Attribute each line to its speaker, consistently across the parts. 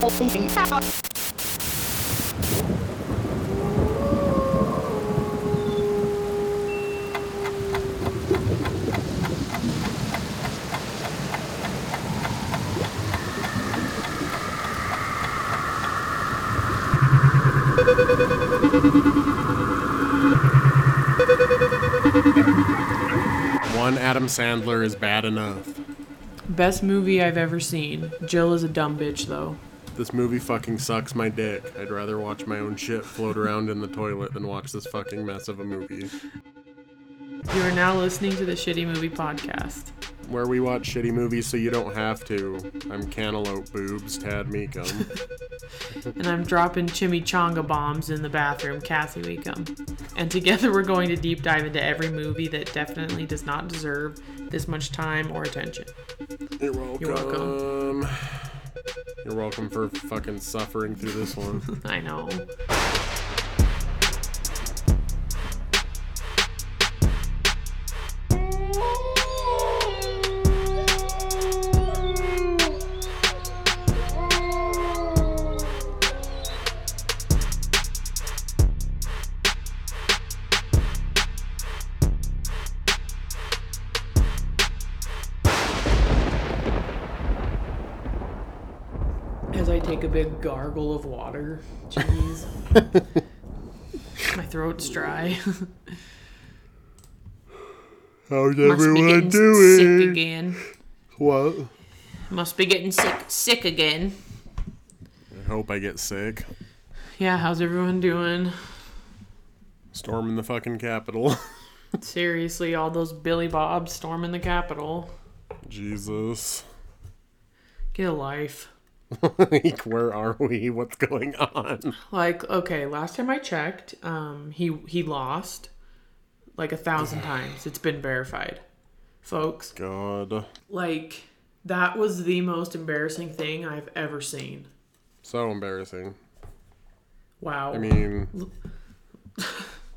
Speaker 1: holding out.
Speaker 2: One Adam Sandler is bad enough.
Speaker 3: Best movie I've ever seen. Jill is a dumb bitch, though.
Speaker 2: This movie fucking sucks my dick. I'd rather watch my own shit float around in the toilet than watch this fucking mess of a movie.
Speaker 3: You are now listening to the Shitty Movie Podcast.
Speaker 2: Where we watch shitty movies so you don't have to. I'm Cantaloupe Boobs, Tad Meekum.
Speaker 3: And I'm dropping chimichanga bombs in the bathroom, Kathy Weekum. And together we're going to deep dive into every movie that definitely does not deserve this much time or attention.
Speaker 2: You're welcome.
Speaker 3: You're welcome.
Speaker 2: You're welcome for fucking suffering through this one.
Speaker 3: I know. As I take a big gargle of water, jeez. My throat's dry.
Speaker 2: How's
Speaker 3: Must be
Speaker 2: everyone
Speaker 3: getting sick
Speaker 2: doing?
Speaker 3: again.
Speaker 2: What?
Speaker 3: Must be getting sick, sick again.
Speaker 2: I hope I get sick.
Speaker 3: Yeah, how's everyone doing?
Speaker 2: Storming the fucking Capitol.
Speaker 3: Seriously, all those Billy Bobs storming the Capitol.
Speaker 2: Jesus.
Speaker 3: Get a life.
Speaker 2: like, where are we? What's going on?
Speaker 3: Like, okay, last time I checked, um, he he lost like a thousand times. It's been verified, folks.
Speaker 2: God.
Speaker 3: Like, that was the most embarrassing thing I've ever seen.
Speaker 2: So embarrassing.
Speaker 3: Wow.
Speaker 2: I mean,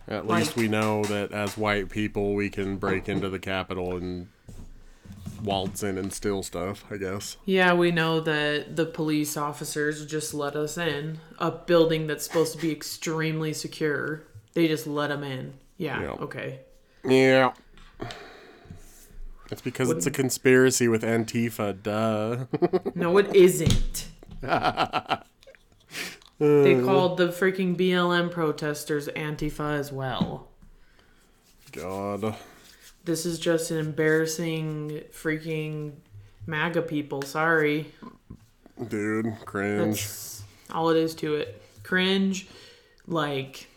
Speaker 2: at
Speaker 3: Like-
Speaker 2: least we know that as white people, we can break into the Capitol and waltz in and steal stuff, I guess.
Speaker 3: Yeah, we know that the police officers just let us in a building that's supposed to be extremely secure. They just let them in. Yeah.
Speaker 2: Yeah.
Speaker 3: Okay.
Speaker 2: Yeah. It's because it's a conspiracy with Antifa, duh.
Speaker 3: No, it isn't. they called the freaking BLM protesters Antifa as well.
Speaker 2: God.
Speaker 3: This is just an embarrassing freaking MAGA people. Sorry.
Speaker 2: Dude, cringe.
Speaker 3: That's all it is to it. Cringe. Like,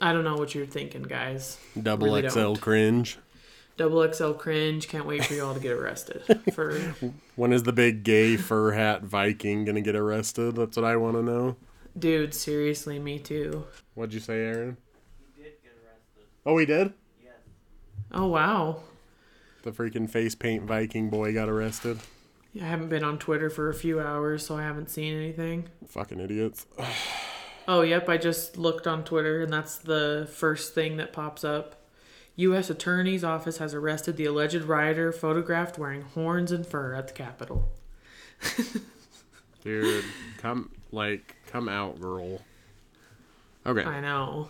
Speaker 3: I don't know what you're thinking, guys.
Speaker 2: Double
Speaker 3: really
Speaker 2: XL
Speaker 3: don't.
Speaker 2: cringe.
Speaker 3: Double XL cringe. Can't wait for you all to get arrested for
Speaker 2: When is the big gay fur hat Viking gonna get arrested? That's what I wanna know.
Speaker 3: dude. Seriously, me too.
Speaker 2: What'd you say, Aaron? Oh, he did?
Speaker 3: Oh wow,
Speaker 2: The freaking face paint Viking boy got arrested.
Speaker 3: I haven't been on Twitter for a few hours, so I haven't seen anything.
Speaker 2: Fucking idiots.
Speaker 3: Oh yep, I just looked on Twitter, and that's the first thing that pops up. U.S. Attorney's Office has arrested the alleged rioter photographed wearing horns and fur at the Capitol.
Speaker 2: Dude, come like come out, girl. Okay.
Speaker 3: I know.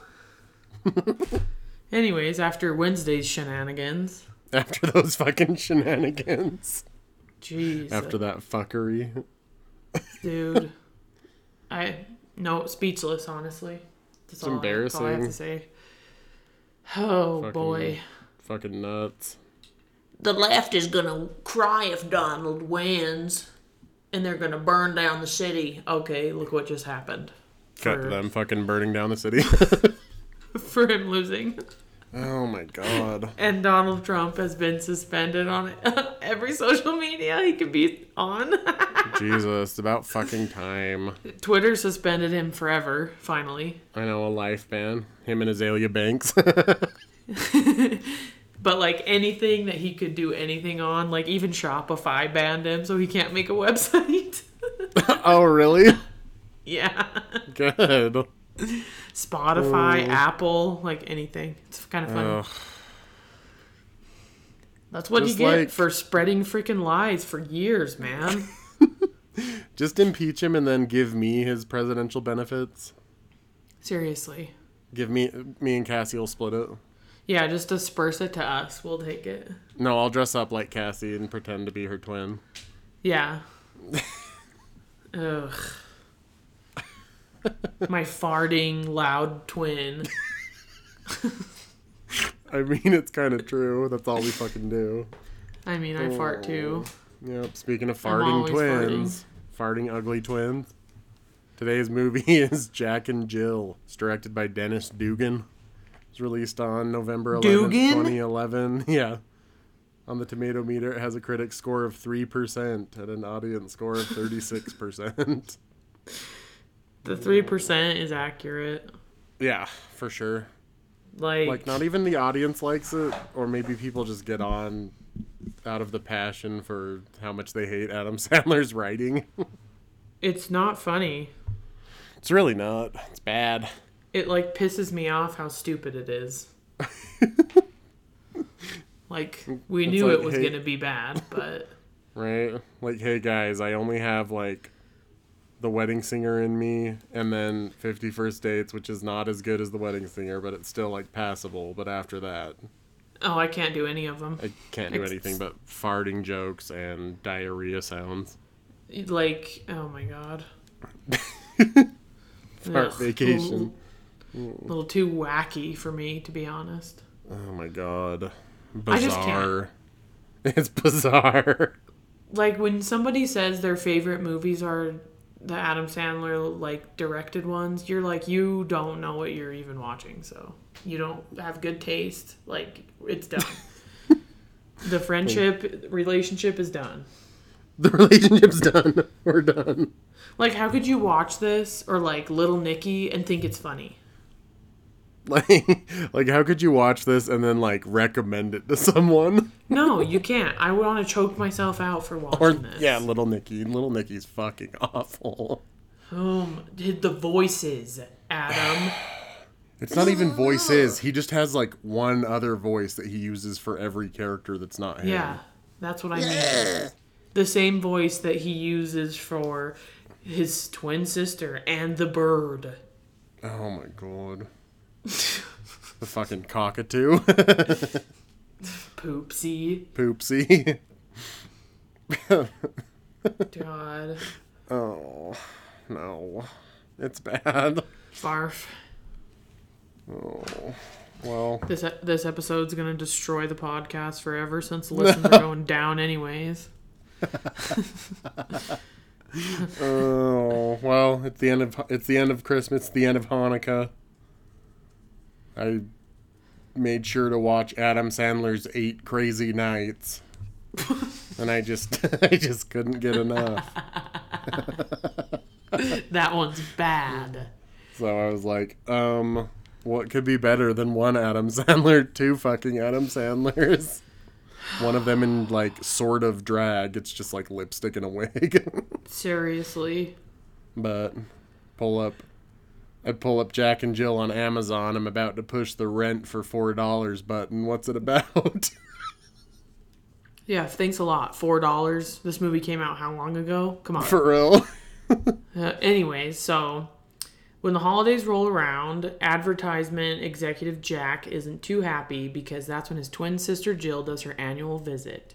Speaker 3: Anyways, after Wednesday's shenanigans,
Speaker 2: After those fucking shenanigans.
Speaker 3: jeez,
Speaker 2: After that fuckery.
Speaker 3: dude, I no speechless. Honestly, that's all I- that's all I have
Speaker 2: embarrassing.
Speaker 3: to say. Oh
Speaker 2: Fucking-
Speaker 3: boy.
Speaker 2: Fucking nuts.
Speaker 3: the left is going to cry if Donald wins and they're going to burn down the city. Okay, look what just happened
Speaker 2: Cut to
Speaker 3: For-
Speaker 2: them fucking burning down the city.
Speaker 3: for him losing.
Speaker 2: oh my god.
Speaker 3: And Donald Trump has been suspended on every social media he could be on.
Speaker 2: Jesus, it's about fucking time.
Speaker 3: Twitter suspended him forever, finally.
Speaker 2: I know a life ban. Him and Azalea Banks.
Speaker 3: But like anything that he could do anything on, like even Shopify banned him so he can't make a website.
Speaker 2: oh really?
Speaker 3: yeah.
Speaker 2: Good.
Speaker 3: Spotify,
Speaker 2: Oh.
Speaker 3: Apple, like anything. It's kind of funny.
Speaker 2: Ugh.
Speaker 3: That's what you
Speaker 2: Just
Speaker 3: get
Speaker 2: like-
Speaker 3: for spreading freaking lies for years, man.
Speaker 2: Just impeach him and then give me his presidential benefits.
Speaker 3: Seriously.
Speaker 2: Give me me and Cassie will split it.
Speaker 3: Yeah, just disperse it to us. We'll take it.
Speaker 2: No, I'll dress up like Cassie and pretend to be her twin.
Speaker 3: Yeah. Ugh. My farting loud twin.
Speaker 2: I mean, it's kind of true. That's all we fucking do.
Speaker 3: I mean, I fart too.
Speaker 2: Oh. Yep. Speaking of
Speaker 3: I'm
Speaker 2: farting
Speaker 3: always
Speaker 2: twins, farting. ugly twins. Today's movie is Jack and Jill. It's directed by Dennis Dugan. It's released on November 11th,
Speaker 3: Dugan?
Speaker 2: 2011. Yeah. On the tomato meter, it has a critic score of 3% and an audience score of 36%.
Speaker 3: The 3% is accurate.
Speaker 2: yeah, for sure.
Speaker 3: Like,
Speaker 2: Like, not even the audience likes it, or maybe people just get on out of the passion for how much they hate Adam Sandler's writing.
Speaker 3: it's not funny.
Speaker 2: It's really not. It's bad.
Speaker 3: It like pisses me off how stupid it is. like we
Speaker 2: It's
Speaker 3: knew
Speaker 2: like,
Speaker 3: it was
Speaker 2: hey-
Speaker 3: going to be bad, but
Speaker 2: Right? Like, hey guys, I only have like the wedding singer in me and then 51st dates which is not as good as the wedding singer but it's still like passable but after that
Speaker 3: oh, I can't do any of them.
Speaker 2: i can't do
Speaker 3: Ex-
Speaker 2: anything but farting jokes and diarrhea sounds
Speaker 3: Like, oh my god.
Speaker 2: fart
Speaker 3: Ugh.
Speaker 2: vacation
Speaker 3: A little too wacky for me, to be honest.
Speaker 2: oh my god
Speaker 3: I just
Speaker 2: bizarre it's bizarre
Speaker 3: Like when somebody says their favorite movies are the Adam Sandler like directed ones, you're like you don't know what you're even watching, so you don't have good taste. Like it's done. the friendship relationship is done.
Speaker 2: the relationship's done we're done
Speaker 3: Like how could you watch this or like Little Nicky and think it's funny?
Speaker 2: like like how could you watch this and then like recommend it to someone
Speaker 3: No, you can't. I would want to choke myself out for watching
Speaker 2: Or
Speaker 3: this.
Speaker 2: yeah, Little Nicky. Little Nicky's fucking awful.
Speaker 3: Um, did the voices, Adam.
Speaker 2: It's not even voices. He just has like one other voice that he uses for every character that's not him.
Speaker 3: Yeah, that's what I mean. The same voice that he uses for his twin sister and the bird.
Speaker 2: Oh my god. the fucking cockatoo.
Speaker 3: Poopsie.
Speaker 2: Poopsie.
Speaker 3: God.
Speaker 2: Oh no. It's bad. Oh.
Speaker 3: Barf.
Speaker 2: Well,
Speaker 3: This this episode's gonna destroy the podcast forever since the listens are going down anyways.
Speaker 2: oh well. It's the end of it's the end of Christmas. It's the end of Hanukkah. I made sure to watch Adam Sandler's Eight Crazy Nights, and I just I just couldn't get enough.
Speaker 3: That one's bad.
Speaker 2: So I was like, um, what could be better than one Adam Sandler, two fucking Adam Sandlers? One of them in like sort of drag. It's just like lipstick and a wig.
Speaker 3: Seriously.
Speaker 2: but pull up I pull up Jack and Jill on Amazon. I'm about to push the rent for four dollars button. What's it about?
Speaker 3: Yeah, thanks a lot. Four dollars. This movie came out how long ago? Come on.
Speaker 2: for real?
Speaker 3: Uh, anyways, so when the holidays roll around, advertisement executive Jack isn't too happy because that's when his twin sister Jill does her annual visit.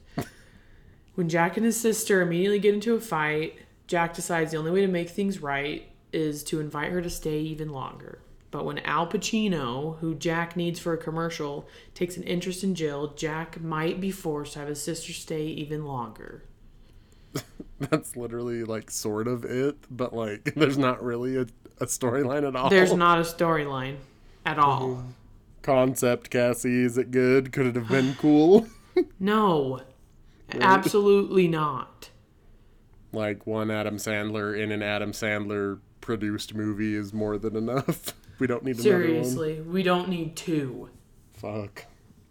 Speaker 3: when Jack and his sister immediately get into a fight, Jack decides the only way to make things right is to invite her to stay even longer. But when Al Pacino, who Jack needs for a commercial, takes an interest in Jill, Jack might be forced to have his sister stay even longer.
Speaker 2: That's literally like sort of it, but like there's not really a, a storyline at all.
Speaker 3: There's not a storyline at all.
Speaker 2: concept, Cassie. Is it good? Could it have been cool?
Speaker 3: No, absolutely not.
Speaker 2: like one Adam Sandler in an Adam Sandler produced movie is more than enough. We don't need
Speaker 3: Seriously, we don't need two.
Speaker 2: another one. Fuck.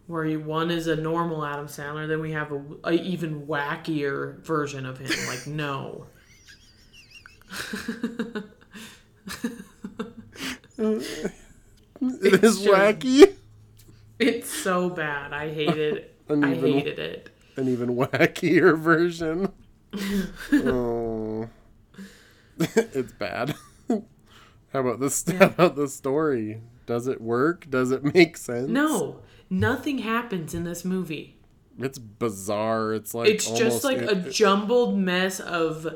Speaker 3: Where you- one is a normal Adam Sandler, then we have a, a even wackier version of him. Like no,
Speaker 2: It is
Speaker 3: just-
Speaker 2: wacky
Speaker 3: it's so bad. I hated.
Speaker 2: And
Speaker 3: I
Speaker 2: even-
Speaker 3: hated it.
Speaker 2: an even wackier version. oh. it's bad. how about this? How about this story? Does it work? Does it make sense?
Speaker 3: No, nothing happens in this movie.
Speaker 2: It's bizarre. It's like
Speaker 3: It's
Speaker 2: almost-
Speaker 3: just like
Speaker 2: it-
Speaker 3: a jumbled mess of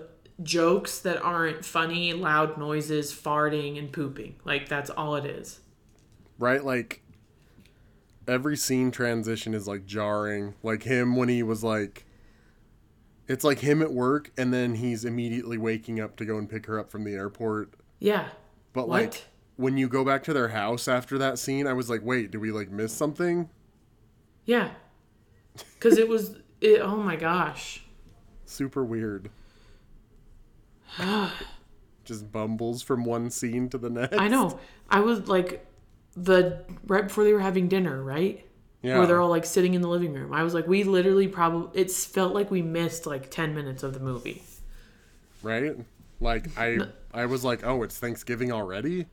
Speaker 3: jokes that aren't funny, loud noises, farting, and pooping. Like, that's all it is.
Speaker 2: right like every scene transition is like jarring like him when he was like it's like him at work and then he's immediately waking up to go and pick her up from the airport
Speaker 3: Yeah.
Speaker 2: but
Speaker 3: What?
Speaker 2: like when you go back to their house after that scene i was like wait do we like miss something
Speaker 3: Yeah. Because it was. It, oh my gosh.
Speaker 2: super weird just bumbles from one scene to the next
Speaker 3: I know. I was like, the right before they were having dinner, right?
Speaker 2: yeah
Speaker 3: Where they're all like sitting in the living room. I was like, we literally probably. It's felt like we missed like 10 minutes of the movie.
Speaker 2: right like i i was like oh it's thanksgiving already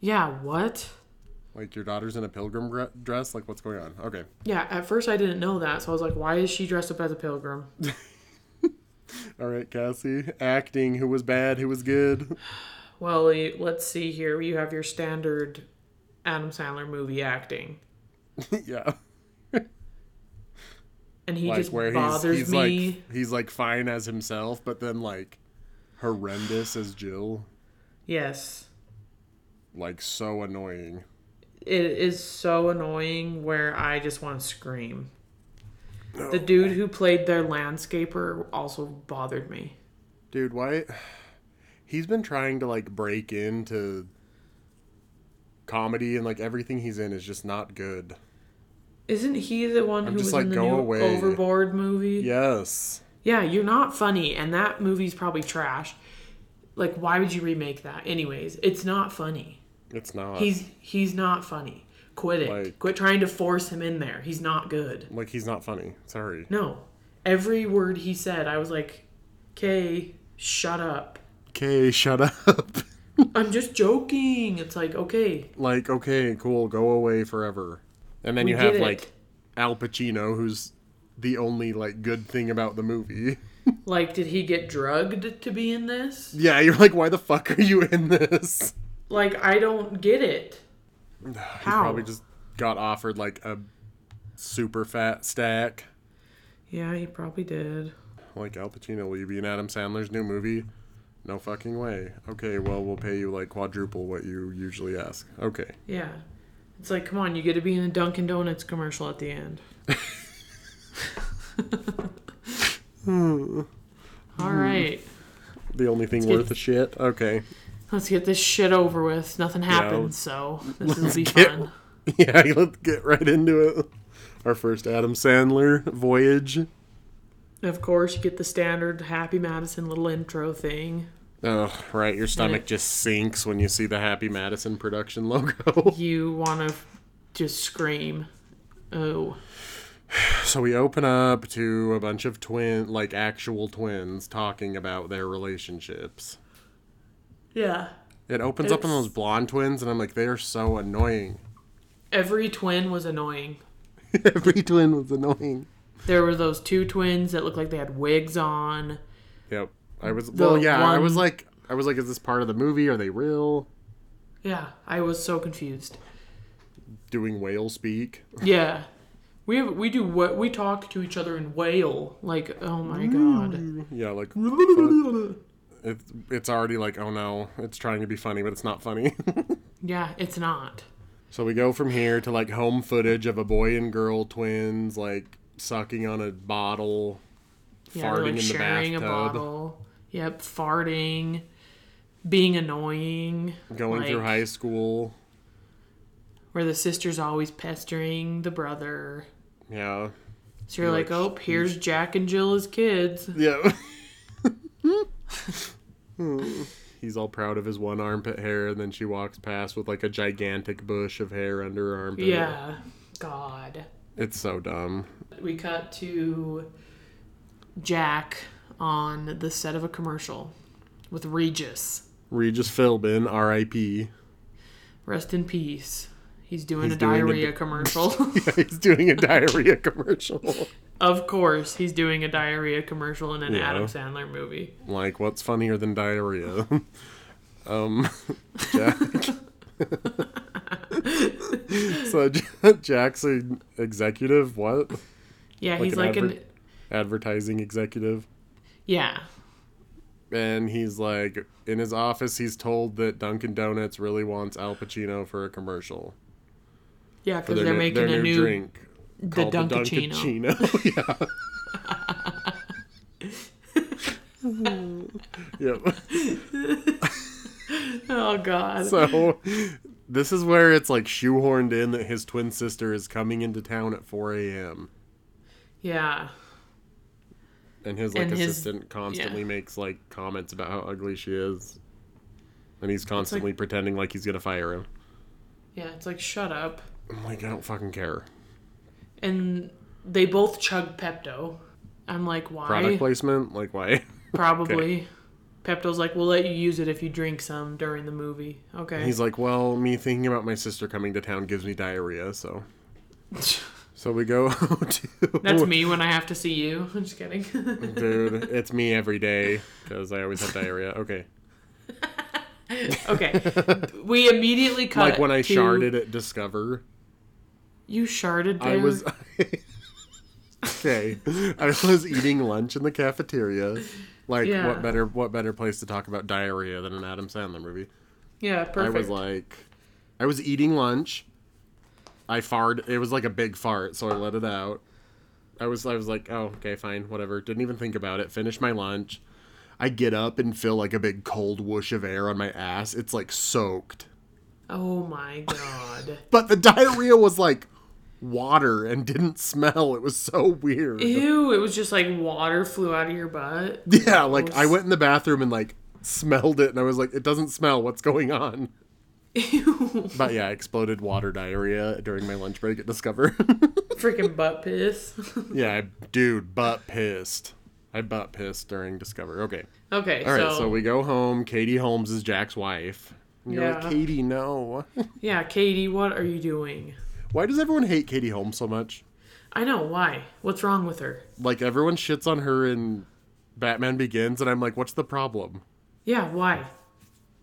Speaker 3: Yeah, what?
Speaker 2: Like your daughter's in a pilgrim gre- dress. Like what's going on? Okay,
Speaker 3: Yeah, at first I didn't know that, so I was like, why is she dressed up as a pilgrim?
Speaker 2: all right, Cassie. Acting. Who was bad? Who was good?
Speaker 3: Well, y- let's see here. You have your standard Adam Sandler movie acting,
Speaker 2: yeah,
Speaker 3: and he
Speaker 2: like
Speaker 3: just
Speaker 2: where he's
Speaker 3: bothers
Speaker 2: he's
Speaker 3: me.
Speaker 2: like he's like fine as himself, but then like horrendous as Jill.
Speaker 3: Yes,
Speaker 2: Like so annoying.
Speaker 3: it is so annoying. Where I just want to scream. The dude who played their landscaper also bothered me.
Speaker 2: Dude, why? He's been trying to like break into comedy and like everything he's in is just not good.
Speaker 3: Isn't he the one who
Speaker 2: just
Speaker 3: was
Speaker 2: like,
Speaker 3: in the
Speaker 2: go
Speaker 3: new
Speaker 2: away.
Speaker 3: Overboard movie?
Speaker 2: Yes.
Speaker 3: Yeah, you're not funny, and that movie's probably trash. Like, why would you remake that? Anyways, it's not funny.
Speaker 2: It's not.
Speaker 3: He's he's not funny. Quit it.
Speaker 2: Like-
Speaker 3: Quit trying to force him in there. He's not good.
Speaker 2: like he's not funny. Sorry.
Speaker 3: No. Every word he said, I was like, "Okay, shut up.
Speaker 2: Okay, shut up.
Speaker 3: I'm just joking." It's like, "Okay,
Speaker 2: like okay cool go away forever and then
Speaker 3: we
Speaker 2: you
Speaker 3: get
Speaker 2: have
Speaker 3: it."
Speaker 2: like al pacino who's the only like good thing about the movie
Speaker 3: Like, did he get drugged to be in this?
Speaker 2: yeah you're like why the fuck are you in this
Speaker 3: Like, I don't get it.
Speaker 2: he
Speaker 3: How?
Speaker 2: probably just got offered like a super fat stack
Speaker 3: Yeah, he probably did.
Speaker 2: like al pacino will you be in adam sandler's new movie no fucking way okay well we'll pay you like quadruple what you usually ask okay
Speaker 3: Yeah. It's like, come on, you get to be in a Dunkin' Donuts commercial at the end. Hmm. All right.
Speaker 2: the only thing
Speaker 3: get-
Speaker 2: worth a shit okay
Speaker 3: Let's get this shit over with. Nothing happened,
Speaker 2: let's-
Speaker 3: so this will be
Speaker 2: get-
Speaker 3: fun.
Speaker 2: yeah let's get right into it our first adam sandler voyage
Speaker 3: Of course, you get the standard Happy Madison little intro thing.
Speaker 2: Oh, right. Your stomach just sinks when you see the Happy Madison production logo.
Speaker 3: You want to just scream. Oh.
Speaker 2: so we open up to a bunch of twin, like actual twins, talking about their relationships.
Speaker 3: Yeah.
Speaker 2: It opens up on
Speaker 3: It's-
Speaker 2: those blonde twins, and I'm like, they are so annoying.
Speaker 3: Every twin was annoying.
Speaker 2: Every twin was annoying.
Speaker 3: There were those two twins that looked like they had wigs on.
Speaker 2: Yep. I was, well, yeah, I was
Speaker 3: one-
Speaker 2: like, I was like, is this part of the movie? Are they real?
Speaker 3: Yeah, I was so confused.
Speaker 2: Doing whale speak?
Speaker 3: Yeah. We have we do what we talk to each other in whale. Like, oh my god.
Speaker 2: Yeah, like, it's, it's already like, oh no, it's trying to be funny, but it's not funny.
Speaker 3: Yeah, it's not.
Speaker 2: So we go from here to like home footage of a boy and girl twins like sucking on a bottle, farting
Speaker 3: Yeah, they're, like
Speaker 2: in the
Speaker 3: sharing a
Speaker 2: bathtub,
Speaker 3: bottle. Yep, farting, being annoying,
Speaker 2: going through
Speaker 3: like,
Speaker 2: high school.
Speaker 3: where the sister's always pestering the brother.
Speaker 2: Yeah.
Speaker 3: So you're like,
Speaker 2: like,
Speaker 3: oh, here's Jack and Jill as kids.
Speaker 2: Yeah. He's all proud of his one armpit hair, and then she walks past with like a gigantic bush of hair under her armpit.
Speaker 3: Yeah, God.
Speaker 2: It's so dumb.
Speaker 3: We cut to Jack on the set of a commercial with Regis.
Speaker 2: Regis Philbin, R.I.P.
Speaker 3: Rest in peace. He's doing
Speaker 2: He's
Speaker 3: a
Speaker 2: doing a
Speaker 3: diarrhea commercial.
Speaker 2: He's doing a diarrhea commercial.
Speaker 3: Of course, he's doing a diarrhea commercial in an
Speaker 2: Yeah.
Speaker 3: Adam Sandler movie.
Speaker 2: Like, what's funnier than diarrhea? um, Jack. so J- Jack's an executive, what?
Speaker 3: Yeah,
Speaker 2: Like
Speaker 3: he's
Speaker 2: an
Speaker 3: like an
Speaker 2: advert- Advertising executive.
Speaker 3: yeah.
Speaker 2: And he's like, in his office, he's told that Dunkin' Donuts really wants Al Pacino for a commercial.
Speaker 3: Yeah,
Speaker 2: For
Speaker 3: because
Speaker 2: their,
Speaker 3: they're,
Speaker 2: new-
Speaker 3: making
Speaker 2: their
Speaker 3: a
Speaker 2: new,
Speaker 3: new
Speaker 2: drink.
Speaker 3: the
Speaker 2: called
Speaker 3: Dunkachino.
Speaker 2: Dunkachino. yeah. yep.
Speaker 3: Oh god.
Speaker 2: So this is where it's like shoehorned in that his twin sister is coming into town at 4 a.m.
Speaker 3: yeah.
Speaker 2: And his like
Speaker 3: And his-
Speaker 2: assistant constantly
Speaker 3: yeah.
Speaker 2: makes like comments about how ugly she is. And he's constantly pretending like he's gonna fire him.
Speaker 3: Yeah, it's like shut up.
Speaker 2: I'm like, I don't fucking care.
Speaker 3: And they both chug Pepto. I'm like, why?
Speaker 2: Product placement? Like why?
Speaker 3: Probably. Pepto's like, we'll let you use it if you drink some during the movie. Okay.
Speaker 2: He's like, Well, me thinking about my sister coming to town gives me diarrhea, so so we go to
Speaker 3: That's me when I have to see you. I'm just kidding.
Speaker 2: Dude, it's me every day because I always have diarrhea. Okay.
Speaker 3: okay. We immediately cut.
Speaker 2: like when I
Speaker 3: to-
Speaker 2: sharded at Discover,
Speaker 3: You sharded there.
Speaker 2: I was. okay. I was eating lunch in the cafeteria. Like
Speaker 3: Yeah.
Speaker 2: what better what better place to talk about diarrhea than an Adam Sandler movie?
Speaker 3: Yeah, perfect.
Speaker 2: I was like I was eating lunch. I farted. It was like a big fart, so I let it out. I was I was like, "Oh, okay, fine, whatever." Didn't even think about it. Finished my lunch. I get up and feel like a big cold whoosh of air on my ass. It's like soaked.
Speaker 3: oh my god.
Speaker 2: But the diarrhea was like water and didn't smell. It was so weird.
Speaker 3: Ew, it was just like water flew out of your butt.
Speaker 2: Yeah, like I went in the bathroom and like smelled it and I was like, it doesn't smell. What's going on?
Speaker 3: Ew.
Speaker 2: But yeah, I exploded water diarrhea during my lunch break at Discover.
Speaker 3: Freaking butt piss.
Speaker 2: yeah, I, dude, butt pissed. I butt pissed during Discover. Okay.
Speaker 3: okay,
Speaker 2: All right,
Speaker 3: so,
Speaker 2: so we go home. Katie Holmes is Jack's wife. And you're like,
Speaker 3: Yeah.
Speaker 2: Katie, no.
Speaker 3: yeah, Katie, what are you doing?
Speaker 2: Why does everyone hate Katie Holmes so much?
Speaker 3: I know why. What's wrong with her?
Speaker 2: Like, everyone shits on her in Batman Begins, and I'm like, what's the problem?
Speaker 3: Yeah, why?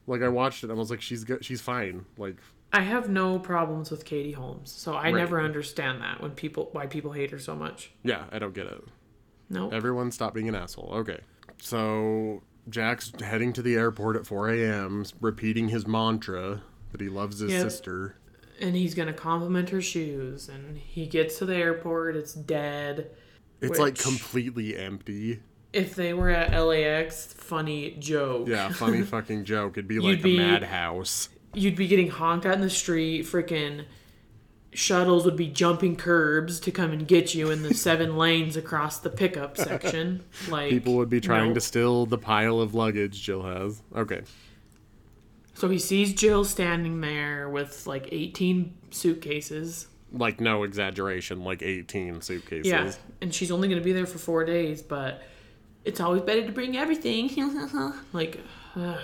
Speaker 2: Like I watched it, and I was like, she's go- she's fine. Like
Speaker 3: I have no problems with Katie Holmes, so I
Speaker 2: Right.
Speaker 3: never understand that when people why people hate her so much.
Speaker 2: yeah, I don't get it.
Speaker 3: No.
Speaker 2: Everyone stop being an asshole. Okay, so Jack's heading to the airport at 4 a.m. repeating his mantra that he loves his
Speaker 3: Yeah.
Speaker 2: sister.
Speaker 3: And he's gonna compliment her shoes and he gets to the airport, it's dead.
Speaker 2: It's like
Speaker 3: Which-
Speaker 2: completely empty.
Speaker 3: If they were at LAX, funny joke.
Speaker 2: Yeah, funny fucking joke. It'd be like
Speaker 3: be-
Speaker 2: a madhouse.
Speaker 3: you'd be getting honked at in the street. Freaking shuttles would be jumping curbs to come and get you in the seven lanes across the pickup section. Like
Speaker 2: People would be trying
Speaker 3: no.
Speaker 2: to steal the pile of luggage Jill has. Okay,
Speaker 3: So he sees Jill standing there with like eighteen suitcases.
Speaker 2: like no exaggeration, like 18 suitcases.
Speaker 3: Yeah, and she's only going to be there for four days, but it's always better to bring everything. like, ugh.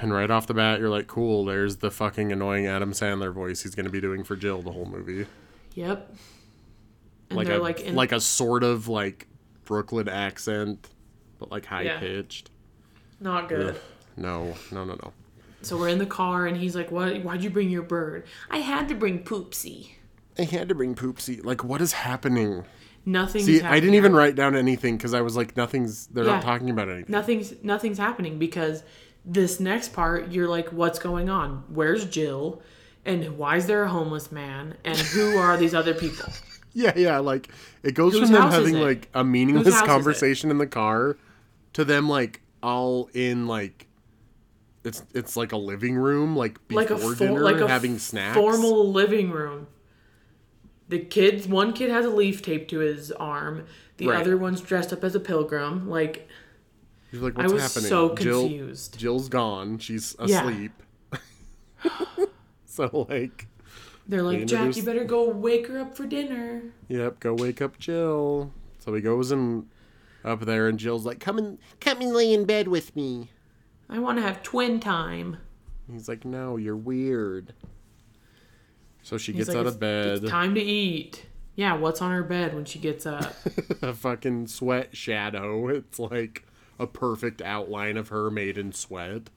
Speaker 2: And right off the bat, you're like, cool, there's the fucking annoying Adam Sandler voice he's going to be doing for Jill the whole movie.
Speaker 3: yep. And
Speaker 2: like
Speaker 3: they're
Speaker 2: a,
Speaker 3: like, in,
Speaker 2: like a sort of like Brooklyn accent, but like high
Speaker 3: Yeah.
Speaker 2: pitched.
Speaker 3: not good.
Speaker 2: No, no, no, no.
Speaker 3: So we're in the car, and he's like, "What? Why'd you bring your bird? I had to bring Poopsie.
Speaker 2: I had to bring Poopsie. Like, what is happening?
Speaker 3: Nothing's
Speaker 2: See,
Speaker 3: happening.
Speaker 2: I didn't e- even write down anything because I was like, nothing's. They're not
Speaker 3: Yeah.
Speaker 2: talking about anything.
Speaker 3: nothing's nothing's happening because this next part you're like what's going on where's jill and why is there a homeless man and who are these other people
Speaker 2: Yeah, yeah. Like, it goes
Speaker 3: Whose
Speaker 2: from them
Speaker 3: house is
Speaker 2: having
Speaker 3: it?
Speaker 2: like a meaningless
Speaker 3: house is it?
Speaker 2: conversation in the car to them like all in like. It's, it's like a living room, like before
Speaker 3: like a for,
Speaker 2: dinner,
Speaker 3: like a
Speaker 2: having
Speaker 3: f-
Speaker 2: snacks.
Speaker 3: formal living room the kids one kid has a leaf taped to his arm the
Speaker 2: Right.
Speaker 3: other one's dressed up as a pilgrim like
Speaker 2: You're like,
Speaker 3: I
Speaker 2: what's
Speaker 3: was
Speaker 2: happening?
Speaker 3: so
Speaker 2: Jill-
Speaker 3: confused.
Speaker 2: Jill's gone. She's
Speaker 3: Yeah.
Speaker 2: asleep. so like,
Speaker 3: they're like
Speaker 2: They
Speaker 3: jack you
Speaker 2: introduced-
Speaker 3: better go wake her up for dinner
Speaker 2: yep, go wake up Jill. So he goes and up there, and Jill's like, come and come and lay in bed with me.
Speaker 3: i want to have twin time
Speaker 2: And he's like, no, you're weird. So she
Speaker 3: He's
Speaker 2: gets
Speaker 3: like,
Speaker 2: out
Speaker 3: "It's-
Speaker 2: of bed.
Speaker 3: it's time to eat Yeah, what's on her bed when she gets up?
Speaker 2: a fucking sweat shadow. It's like a perfect outline of her made in sweat.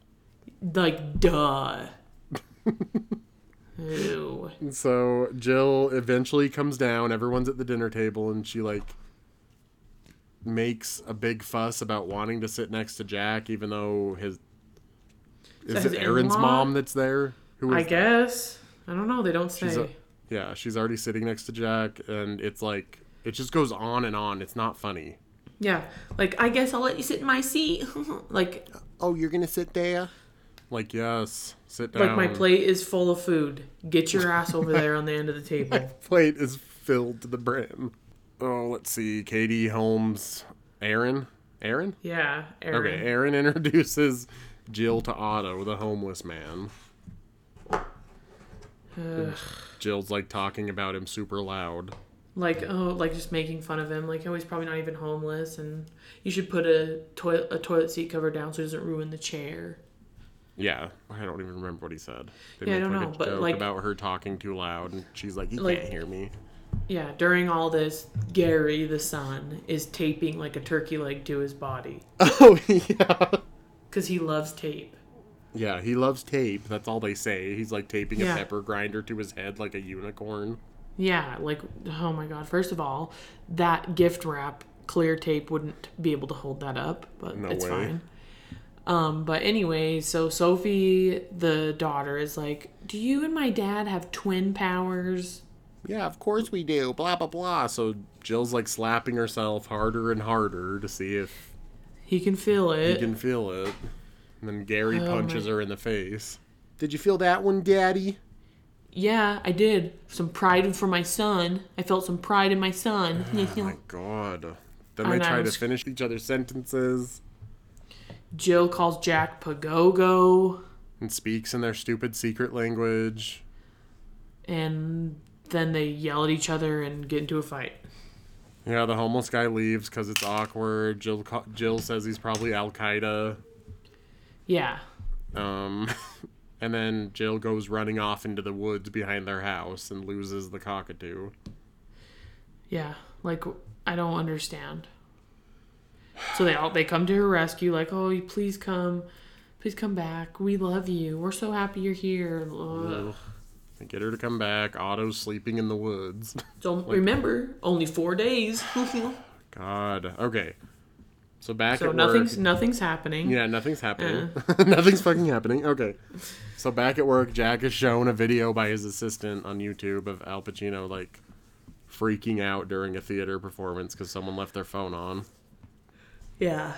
Speaker 3: like, duh. Ew.
Speaker 2: And so Jill eventually comes down. Everyone's at the dinner table, and she like makes a big fuss about wanting to sit next to Jack, even though his is
Speaker 3: his
Speaker 2: it Aaron's
Speaker 3: in-law?
Speaker 2: mom that's there? Who
Speaker 3: I
Speaker 2: is
Speaker 3: guess. I don't know. They don't say.
Speaker 2: She's a- yeah, she's already sitting next to Jack, and it's like it just goes on and on. It's not funny.
Speaker 3: Yeah. Like, I guess I'll let you sit in my seat. like,
Speaker 2: Oh, you're gonna sit there? Like yes, sit down.
Speaker 3: like my plate is full of food. Get your ass over there on the end of the table.
Speaker 2: plate is filled to the brim. Oh, let's see. Katie Holmes, Aaron, Aaron.
Speaker 3: Yeah, Aaron.
Speaker 2: Okay, Aaron introduces Jill to Otto, the homeless man.
Speaker 3: Ugh.
Speaker 2: Jill's like talking about him super loud.
Speaker 3: like oh, like just making fun of him. Like oh, he's probably not even homeless, and you should put a toilet a toilet seat cover down so it doesn't ruin the chair.
Speaker 2: Yeah, I don't even remember what he said. They
Speaker 3: Yeah, I don't
Speaker 2: like
Speaker 3: know, but, like-
Speaker 2: about her talking too loud, and she's like, "He
Speaker 3: Like-
Speaker 2: can't hear me."
Speaker 3: Yeah. During all this, Gary the son is taping like a turkey leg to his body
Speaker 2: Oh yeah.
Speaker 3: because he loves tape.
Speaker 2: Yeah, he loves tape. That's all they say. He's like taping
Speaker 3: Yeah.
Speaker 2: a pepper grinder to his head like a unicorn.
Speaker 3: Yeah. Like oh my god. First of all, that gift wrap clear tape wouldn't be able to hold that up, but
Speaker 2: No
Speaker 3: it's
Speaker 2: way.
Speaker 3: fine. Um, but anyway, so Sophie, the daughter, is like, Do you and my dad have twin powers?
Speaker 2: Yeah, of course we do. Blah blah blah. So Jill's like slapping herself harder and harder to see if
Speaker 3: He can feel
Speaker 2: he
Speaker 3: it.
Speaker 2: can feel it. And then Gary
Speaker 3: Oh,
Speaker 2: punches her in the face. Did you feel that one, Daddy?
Speaker 3: Yeah, I did. Some pride for my son. I felt some pride in my son.
Speaker 2: Oh my god. Then
Speaker 3: And
Speaker 2: they
Speaker 3: I
Speaker 2: try to
Speaker 3: was-
Speaker 2: finish each other's sentences
Speaker 3: Jill calls Jack Pagogo,
Speaker 2: and speaks in their stupid secret language.
Speaker 3: and then they yell at each other and get into a fight.
Speaker 2: Yeah, the homeless guy leaves because it's awkward. Jill ca- Jill says he's probably Al Qaeda.
Speaker 3: Yeah.
Speaker 2: Um, and then Jill goes running off into the woods behind their house and loses the cockatoo.
Speaker 3: Yeah. Like I don't understand. So they all they come to her rescue, like, oh please come. Please come back. We love you. We're so happy you're here. uh, Ugh.
Speaker 2: They get her to come back. Otto's sleeping in the woods.
Speaker 3: Don't remember, only four days.
Speaker 2: God. Okay. So back
Speaker 3: so
Speaker 2: at
Speaker 3: nothing's
Speaker 2: work.
Speaker 3: nothing's happening.
Speaker 2: Yeah, nothing's happening.
Speaker 3: Uh.
Speaker 2: nothing's fucking happening. Okay. So back at work, Jack is shown a video by his assistant on YouTube of Al Pacino like freaking out during a theater performance because someone left their phone on.
Speaker 3: Yeah.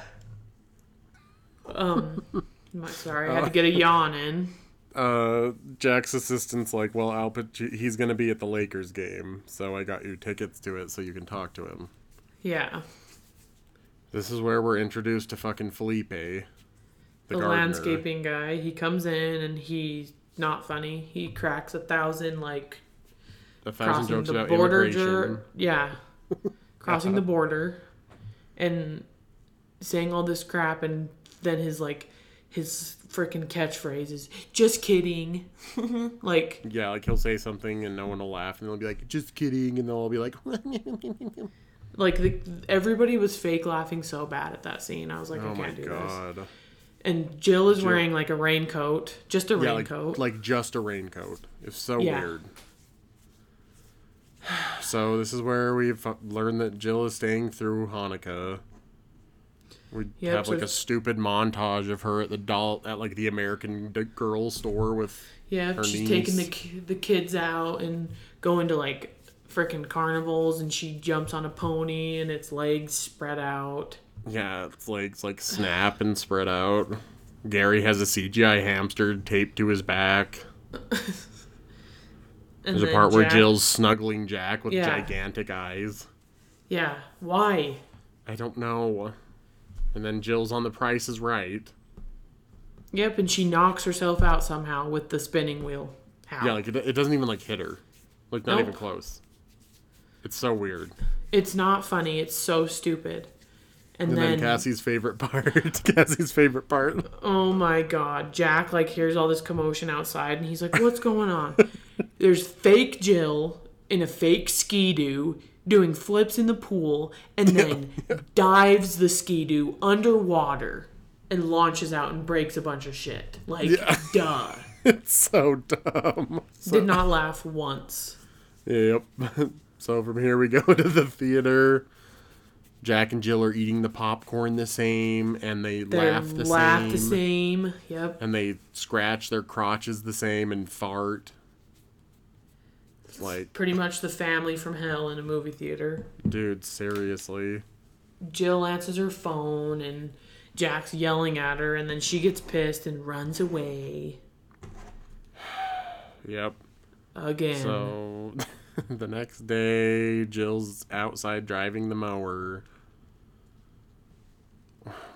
Speaker 3: Um, my- sorry, I had to get a yawn in.
Speaker 2: uh, Jack's assistant's like, well, Al Pac- he's going to be at the Lakers game, so I got you tickets to it so you can talk to him.
Speaker 3: Yeah.
Speaker 2: This is where we're introduced to fucking Felipe, the,
Speaker 3: The
Speaker 2: gardener.
Speaker 3: landscaping guy, he comes in and he's not funny. He cracks a thousand, like,
Speaker 2: A thousand
Speaker 3: crossing
Speaker 2: jokes
Speaker 3: the
Speaker 2: about
Speaker 3: border.
Speaker 2: immigration.
Speaker 3: Jer- yeah. crossing the border and saying all this crap, and then his, like, his freaking catchphrase is, just kidding. like,
Speaker 2: yeah, like he'll say something and no one will laugh, and they'll be like, "Just kidding," and they'll all be like, "Oh
Speaker 3: like the, everybody was fake laughing so bad at that scene. I was like,
Speaker 2: "Oh
Speaker 3: I
Speaker 2: my
Speaker 3: can't do this.
Speaker 2: god!"
Speaker 3: And Jill is
Speaker 2: Jill-
Speaker 3: wearing like a raincoat, just a
Speaker 2: Yeah, like,
Speaker 3: raincoat.
Speaker 2: like just a raincoat. It's so
Speaker 3: Yeah.
Speaker 2: weird. So this is where we have learned that Jill is staying through Hanukkah. We
Speaker 3: Yep,
Speaker 2: have
Speaker 3: so
Speaker 2: like a
Speaker 3: it's-
Speaker 2: stupid montage of her at the doll at like the American d- Girl store with
Speaker 3: yeah,
Speaker 2: her
Speaker 3: she's
Speaker 2: niece.
Speaker 3: taking the ki- the kids out and going to like freaking carnivals, and she jumps on a pony and its legs spread out.
Speaker 2: yeah, its legs like snap and spread out. Gary has a CGI hamster taped to his back.
Speaker 3: And
Speaker 2: There's a
Speaker 3: then
Speaker 2: part where
Speaker 3: Jack-
Speaker 2: Jill's snuggling Jack with
Speaker 3: Yeah.
Speaker 2: gigantic eyes.
Speaker 3: Yeah, why?
Speaker 2: I don't know. And then Jill's on the Price is Right.
Speaker 3: Yep, and she knocks herself out somehow with the spinning wheel. How?
Speaker 2: Yeah, like it, it doesn't even like hit her. Like not
Speaker 3: Nope.
Speaker 2: even close. It's so weird.
Speaker 3: it's not funny. It's so stupid. And,
Speaker 2: And then,
Speaker 3: then,
Speaker 2: Cassie's favorite part. Cassie's favorite part.
Speaker 3: oh my god, Jack like hears all this commotion outside, and he's like, "What's going on?" There's fake Jill in a fake ski doo doing flips in the pool and then dives the ski doo underwater and launches out and breaks a bunch of shit. Like, duh.
Speaker 2: It's so dumb.
Speaker 3: Did not laugh once.
Speaker 2: Yep. So from here we go to the theater. Jack and Jill are eating the popcorn the same, and they
Speaker 3: They
Speaker 2: laugh the
Speaker 3: laugh
Speaker 2: same,
Speaker 3: the same. Yep.
Speaker 2: and they scratch their crotches the same and fart. It's like,
Speaker 3: Pretty much the family from hell in a movie theater.
Speaker 2: dude, seriously.
Speaker 3: Jill answers her phone and Jack's yelling at her, and then she gets pissed and runs away
Speaker 2: Yep.
Speaker 3: again.
Speaker 2: So the next day, Jill's outside driving the mower.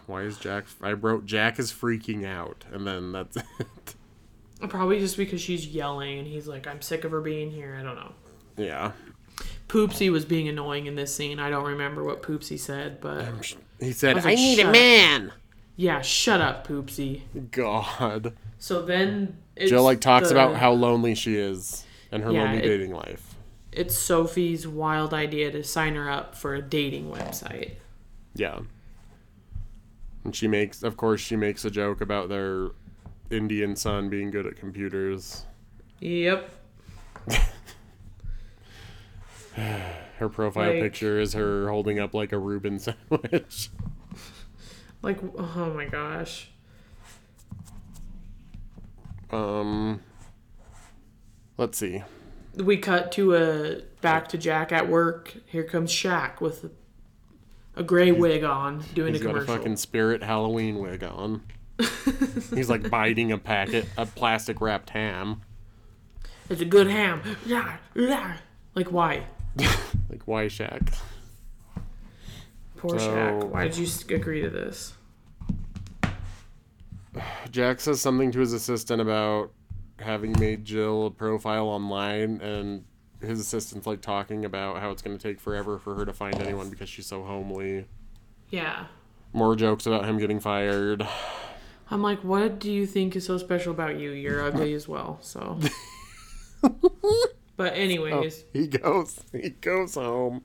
Speaker 2: Why is Jack? I wrote Jack is freaking out, and then that's it.
Speaker 3: Probably just because she's yelling and he's like, I'm sick of her being here. I don't know.
Speaker 2: Yeah.
Speaker 3: Poopsie was being annoying in this scene. I don't remember what Poopsie said, but
Speaker 2: He said,
Speaker 3: was
Speaker 2: "I
Speaker 3: like,
Speaker 2: need a
Speaker 3: "Shut up."
Speaker 2: man."
Speaker 3: yeah, shut up, Poopsie.
Speaker 2: God.
Speaker 3: So then it's
Speaker 2: Jill like talks
Speaker 3: the-
Speaker 2: about how lonely she is and her
Speaker 3: Yeah,
Speaker 2: lonely
Speaker 3: it-
Speaker 2: dating life.
Speaker 3: it's Sophie's wild idea to sign her up for a dating website.
Speaker 2: Yeah. And she makes, of course, she makes a joke about their Indian son being good at computers.
Speaker 3: Yep.
Speaker 2: Her profile
Speaker 3: Like-
Speaker 2: picture is her holding up like a Reuben sandwich.
Speaker 3: Like, oh my gosh.
Speaker 2: Um, let's see.
Speaker 3: We cut to a back to Jack at work. Here comes Shaq with a, a gray wig on doing
Speaker 2: He's
Speaker 3: a
Speaker 2: got a
Speaker 3: commercial.
Speaker 2: fucking spirit Halloween wig on. He's like biting a packet, a plastic wrapped ham.
Speaker 3: It's a good ham. Yar, yar. Like, why?
Speaker 2: Like, why, Shaq?
Speaker 3: Poor
Speaker 2: So-
Speaker 3: Shaq. Why did you s- agree to this?
Speaker 2: Jack says something to his assistant about having made Jill a profile online, and his assistant's like talking about how it's going to take forever for her to find anyone because she's so homely.
Speaker 3: Yeah.
Speaker 2: More jokes about him getting fired.
Speaker 3: I'm like, what do you think is so special about you? You're ugly as well, so. but, anyways,
Speaker 2: He goes, he goes home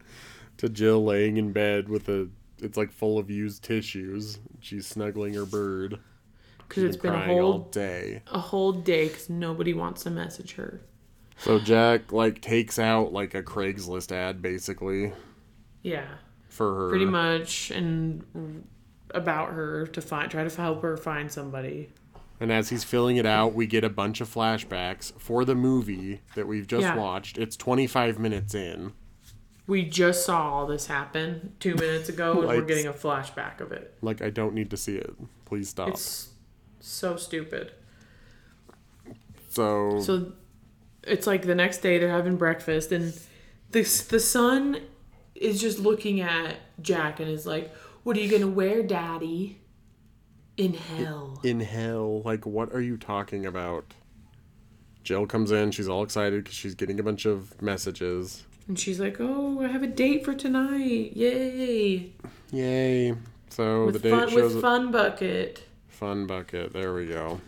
Speaker 2: to Jill laying in bed with a. It's like full of used tissues. She's snuggling her bird.
Speaker 3: because it's been a
Speaker 2: crying
Speaker 3: whole
Speaker 2: all day.
Speaker 3: a whole day because nobody wants to message her.
Speaker 2: So Jack like takes out like a Craigslist ad basically
Speaker 3: Yeah,
Speaker 2: for her.
Speaker 3: pretty much, and about her to find, try to help her find somebody.
Speaker 2: And as he's filling it out, we get a bunch of flashbacks for the movie that we've just
Speaker 3: Yeah.
Speaker 2: watched. It's 25 minutes in.
Speaker 3: We just saw all this happen two minutes ago, and we're
Speaker 2: Lights.
Speaker 3: getting a flashback of it.
Speaker 2: Like, I don't need to see it. Please stop.
Speaker 3: It's so stupid.
Speaker 2: so,
Speaker 3: So it's like the next day they're having breakfast, and this the son is just looking at Jack and is like, "What are you gonna wear, Daddy?" In hell.
Speaker 2: in hell, like, what are you talking about? Jill comes in. She's all excited because she's getting a bunch of messages.
Speaker 3: And she's like, "Oh, I have a date for tonight! Yay!"
Speaker 2: Yay. So
Speaker 3: With
Speaker 2: the date
Speaker 3: fun,
Speaker 2: shows
Speaker 3: with Fun Bucket.
Speaker 2: Fun Bucket. There we go.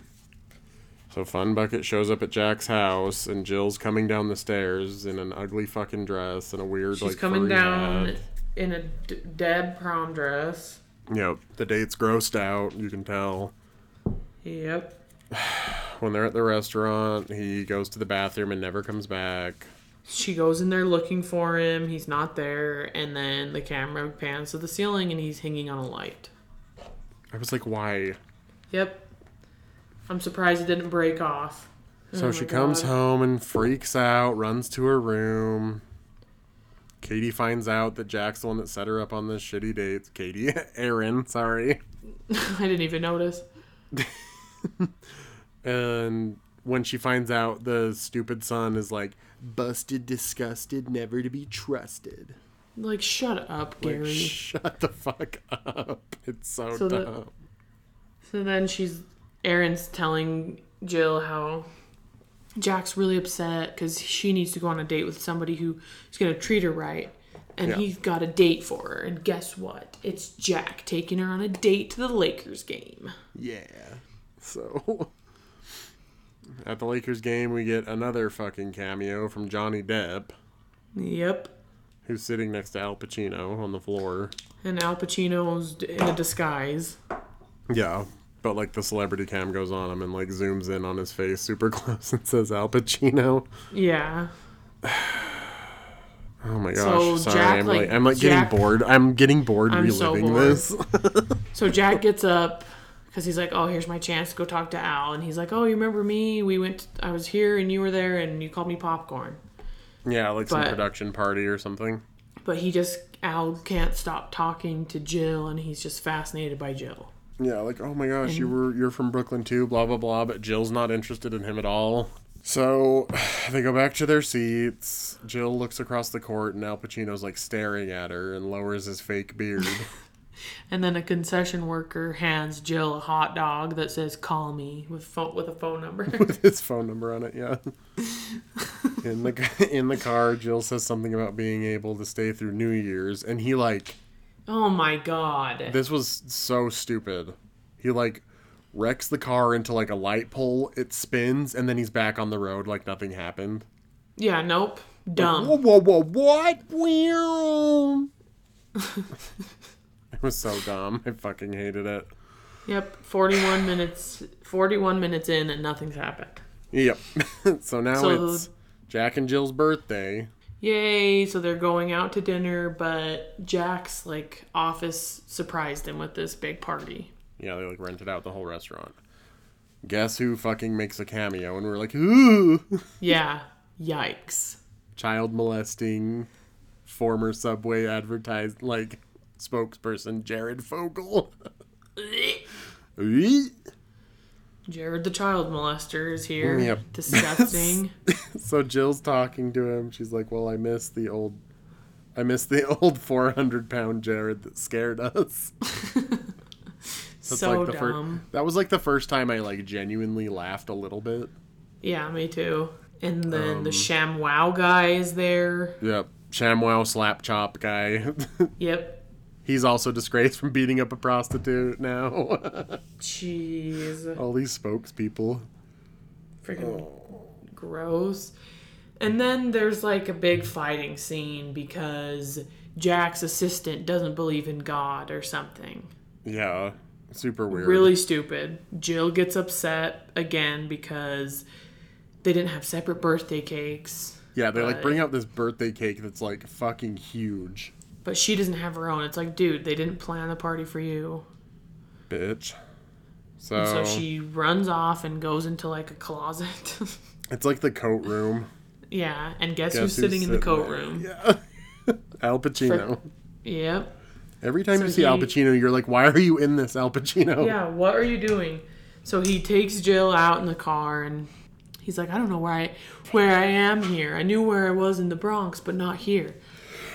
Speaker 2: So Fun Bucket shows up at Jack's house, and Jill's coming down the stairs in an ugly fucking dress and a weird
Speaker 3: She's
Speaker 2: like.
Speaker 3: coming
Speaker 2: furry
Speaker 3: down
Speaker 2: hat.
Speaker 3: in a D- Deb prom dress.
Speaker 2: Yep. The date's grossed out. You can tell.
Speaker 3: Yep.
Speaker 2: When they're at the restaurant, he goes to the bathroom and never comes back.
Speaker 3: She goes in there looking for him. He's not there, and then the camera pans to the ceiling, and he's hanging on a light.
Speaker 2: I was like, why?
Speaker 3: Yep. I'm surprised it didn't break off.
Speaker 2: So
Speaker 3: Oh
Speaker 2: she
Speaker 3: my
Speaker 2: comes
Speaker 3: God.
Speaker 2: home and freaks out, runs to her room. Katie finds out that Jack's the one that set her up on this shitty date. Katie, Aaron, sorry.
Speaker 3: I didn't even notice.
Speaker 2: And when she finds out, the stupid son is like, busted, disgusted, never to be trusted.
Speaker 3: Like, shut up,
Speaker 2: Like,
Speaker 3: Gary.
Speaker 2: shut the fuck up. It's so,
Speaker 3: So the-
Speaker 2: dumb.
Speaker 3: So then she's Erin's telling Jill how Jack's really upset because she needs to go on a date with somebody who is going to treat her right. And
Speaker 2: Yeah.
Speaker 3: he's got a date for her. And guess what? It's Jack taking her on a date to the Lakers game.
Speaker 2: Yeah. So at the Lakers game, we get another fucking cameo from Johnny Depp.
Speaker 3: Yep.
Speaker 2: who's sitting next to Al Pacino on the floor.
Speaker 3: And Al Pacino's d- in a disguise.
Speaker 2: Yeah. But like the celebrity cam goes on him and like zooms in on his face super close and says Al Pacino.
Speaker 3: Yeah.
Speaker 2: Oh my gosh.
Speaker 3: So,
Speaker 2: Sorry,
Speaker 3: Jack,
Speaker 2: I'm like,
Speaker 3: like,
Speaker 2: I'm like
Speaker 3: Jack-
Speaker 2: getting bored. I'm getting bored
Speaker 3: I'm so
Speaker 2: reliving
Speaker 3: bored.
Speaker 2: this.
Speaker 3: So Jack gets up because he's like, "Oh, here's my chance to go talk to Al," and he's like, "Oh, you remember me? We went. I was here, and you were there, and you called me popcorn."
Speaker 2: yeah, like some
Speaker 3: But-
Speaker 2: production party or something.
Speaker 3: But he just Al can't stop talking to Jill, and he's just fascinated by Jill.
Speaker 2: Yeah, like oh my gosh, you were you're from Brooklyn too, blah blah blah. But Jill's not interested in him at all. So they go back to their seats. Jill looks across the court, and Al Pacino's like staring at her and lowers his fake beard.
Speaker 3: And then a concession worker hands Jill a hot dog that says "Call me" with pho- with a phone number.
Speaker 2: with his phone number on it. Yeah. in the in the car, Jill says something about being able to stay through New Year's, and he like
Speaker 3: oh my god!
Speaker 2: this was so stupid. He like wrecks the car into like a light pole. It spins, and then he's back on the road like nothing happened.
Speaker 3: Yeah, nope, dumb.
Speaker 2: Whoa, whoa, whoa, what? Meow. it was so dumb. I fucking hated it.
Speaker 3: Yep, forty-one minutes. Forty-one minutes in, and nothing's happened.
Speaker 2: Yep. so now
Speaker 3: So-
Speaker 2: it's Jack and Jill's birthday.
Speaker 3: Yay! So they're going out to dinner, but Jack's like office surprised him with this big party.
Speaker 2: Yeah, they like rented out the whole restaurant. Guess who fucking makes a cameo? And we're like, ooh,
Speaker 3: Yeah, yikes.
Speaker 2: child molesting, former Subway advertised like spokesperson Jared Fogle. Eek.
Speaker 3: Jared the child molester is here.
Speaker 2: Yep.
Speaker 3: Disgusting.
Speaker 2: So Jill's talking to him. She's like, "Well, I miss the old, I miss the old four hundred pound Jared that scared us." That's
Speaker 3: so
Speaker 2: like the fir-
Speaker 3: dumb.
Speaker 2: that was like the first time I like genuinely laughed a little bit.
Speaker 3: Yeah, me too. And then
Speaker 2: Um,
Speaker 3: the Sham Wow guy is there.
Speaker 2: Yep, ShamWow slap chop guy.
Speaker 3: Yep.
Speaker 2: He's also disgraced from beating up a prostitute now.
Speaker 3: Jeez.
Speaker 2: All these spokespeople.
Speaker 3: Freaking gross. And then there's like a big fighting scene because Jack's assistant doesn't believe in God or something.
Speaker 2: Yeah, super weird.
Speaker 3: Really stupid. Jill gets upset again because they didn't have separate birthday cakes,
Speaker 2: Yeah, they like
Speaker 3: But-
Speaker 2: bring out this birthday cake that's like fucking huge,
Speaker 3: but she doesn't have her own. It's like, dude, they didn't plan the party for you.
Speaker 2: bitch.
Speaker 3: And
Speaker 2: So,
Speaker 3: so she runs off and goes into like a closet.
Speaker 2: it's like the coat room.
Speaker 3: yeah, and guess, who's
Speaker 2: Guess
Speaker 3: sitting in the coat
Speaker 2: there?
Speaker 3: room?
Speaker 2: Yeah. Al Pacino.
Speaker 3: Yep.
Speaker 2: Every time
Speaker 3: So
Speaker 2: you see Al
Speaker 3: he-
Speaker 2: Pacino, you're like, why are you in this, Al Pacino?
Speaker 3: Yeah, what are you doing? So he takes Jill out in the car and he's like, I don't know where I where I am here. I knew where I was in the Bronx, but not here.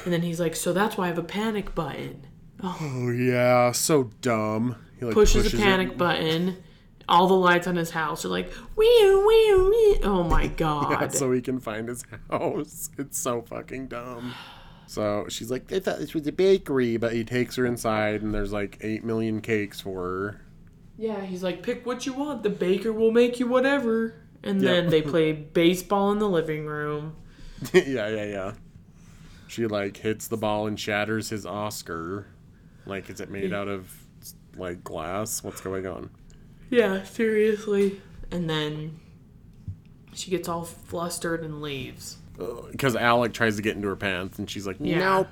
Speaker 3: And then he's like, So that's why I have a panic button.
Speaker 2: Oh, yeah. So dumb. He like
Speaker 3: pushes, a
Speaker 2: it.
Speaker 3: panic button. All the lights on his house are like, wee, wee, wee. Oh my
Speaker 2: Yeah,
Speaker 3: god.
Speaker 2: so he can find his house. It's so fucking dumb. So she's like, I thought this was a bakery, but he takes her inside and there's like 8 million cakes for her.
Speaker 3: yeah, he's like, pick what you want. The baker will make you whatever. And
Speaker 2: Yep.
Speaker 3: then they play baseball in the living room.
Speaker 2: yeah, yeah, yeah. She like hits the ball and shatters his Oscar. Like, is it
Speaker 3: Hmm.
Speaker 2: made out of like glass? What's going on?
Speaker 3: Yeah, seriously. And then she gets all flustered and leaves.
Speaker 2: Because Alec tries to get into her pants and she's like,
Speaker 3: Yeah.
Speaker 2: nope.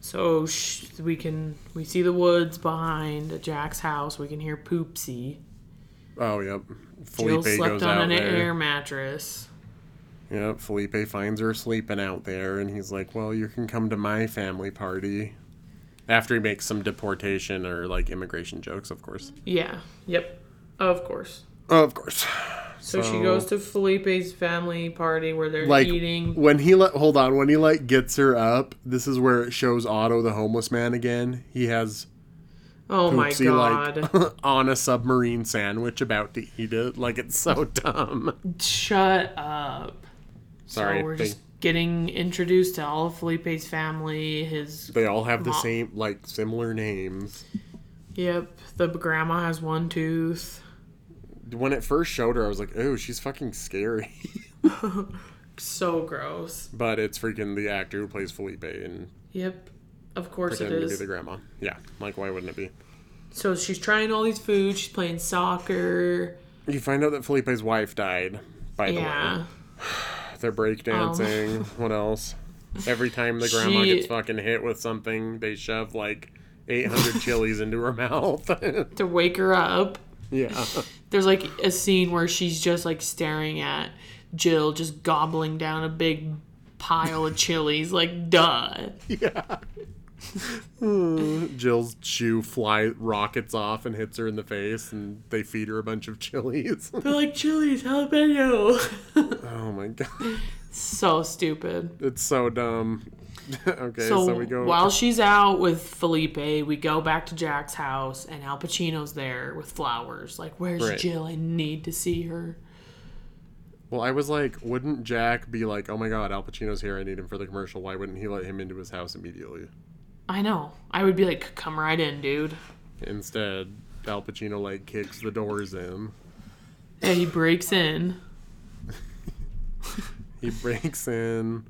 Speaker 3: So sh- we can we see the woods behind Jack's house. We can hear Poopsie.
Speaker 2: Oh, yep. Felipe
Speaker 3: Jill
Speaker 2: goes
Speaker 3: slept on
Speaker 2: out
Speaker 3: an
Speaker 2: there.
Speaker 3: air mattress.
Speaker 2: Yep, Felipe finds her sleeping out there, and he's like, "Well, you can come to my family party." After he makes some deportation or like immigration jokes, of course.
Speaker 3: Yeah. Yep. Of course.
Speaker 2: Of course.
Speaker 3: So, she
Speaker 2: So-
Speaker 3: goes to Felipe's family party where they're
Speaker 2: Like
Speaker 3: eating.
Speaker 2: when he let hold on when he like gets her up, this is where it shows Otto the homeless man again. He has
Speaker 3: Oh my
Speaker 2: Poopsie
Speaker 3: god.
Speaker 2: like on a submarine sandwich about to eat it. Like it's so dumb.
Speaker 3: Shut up.
Speaker 2: Sorry,
Speaker 3: So we're
Speaker 2: they,
Speaker 3: just getting introduced to all of Felipe's family, his
Speaker 2: they all have the
Speaker 3: Ma-
Speaker 2: same like similar names.
Speaker 3: Yep, the grandma has one tooth.
Speaker 2: When it first showed her, I was like, "Oh, she's fucking scary."
Speaker 3: so gross.
Speaker 2: but it's freaking the actor who plays Felipe and
Speaker 3: Yep. Of course it
Speaker 2: pretending to be
Speaker 3: is.
Speaker 2: the grandma. Yeah, like why wouldn't it be?
Speaker 3: So she's trying all these foods. She's playing soccer.
Speaker 2: You find out that Felipe's wife died. By the way,
Speaker 3: Yeah. Oh.
Speaker 2: they're breakdancing. what else? Every time the grandma
Speaker 3: She-
Speaker 2: gets fucking hit with something, they shove like 800 chilies into her mouth.
Speaker 3: To wake her up.
Speaker 2: yeah.
Speaker 3: There's like a scene where she's just like staring at Jill, just gobbling down a big pile of chilies. Like, duh.
Speaker 2: Yeah. Jill's shoe fly rockets off and hits her in the face, and they feed her a bunch of chilies.
Speaker 3: They're like, chilies, jalapeno.
Speaker 2: oh my god,
Speaker 3: so stupid.
Speaker 2: it's so dumb. okay, so,
Speaker 3: So,
Speaker 2: we go.
Speaker 3: while she's out with Felipe, we go back to Jack's house, and Al Pacino's there with flowers. Like, where's
Speaker 2: Right.
Speaker 3: Jill? I need to see her.
Speaker 2: well, I was like, wouldn't Jack be like, "Oh my god, Al Pacino's here. I need him for the commercial. Why wouldn't he let him into his house immediately?"
Speaker 3: I know. I would be like, come right in, dude.
Speaker 2: Instead, Al Pacino like kicks the doors in.
Speaker 3: And he breaks in.
Speaker 2: He breaks in.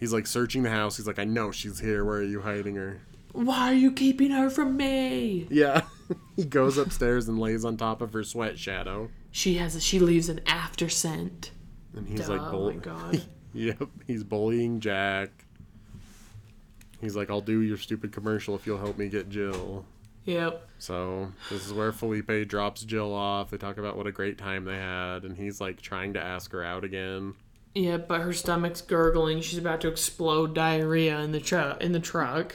Speaker 2: He's like searching the house. He's like, "I know she's here. Where are you hiding her?"
Speaker 3: Why are you keeping her from me?
Speaker 2: Yeah. he goes upstairs and lays on top of her sweat shadow.
Speaker 3: She has. A, she leaves an after scent.
Speaker 2: And he's
Speaker 3: oh
Speaker 2: like, bull-
Speaker 3: my god.
Speaker 2: Yep, he's bullying Jack. He's like, I'll do your stupid commercial if you'll help me get Jill.
Speaker 3: yep.
Speaker 2: So, this is where Felipe drops Jill off. They talk about what a great time they had, and he's like trying to ask her out again.
Speaker 3: Yep. But her stomach's gurgling. She's about to explode diarrhea in the truck. In the truck.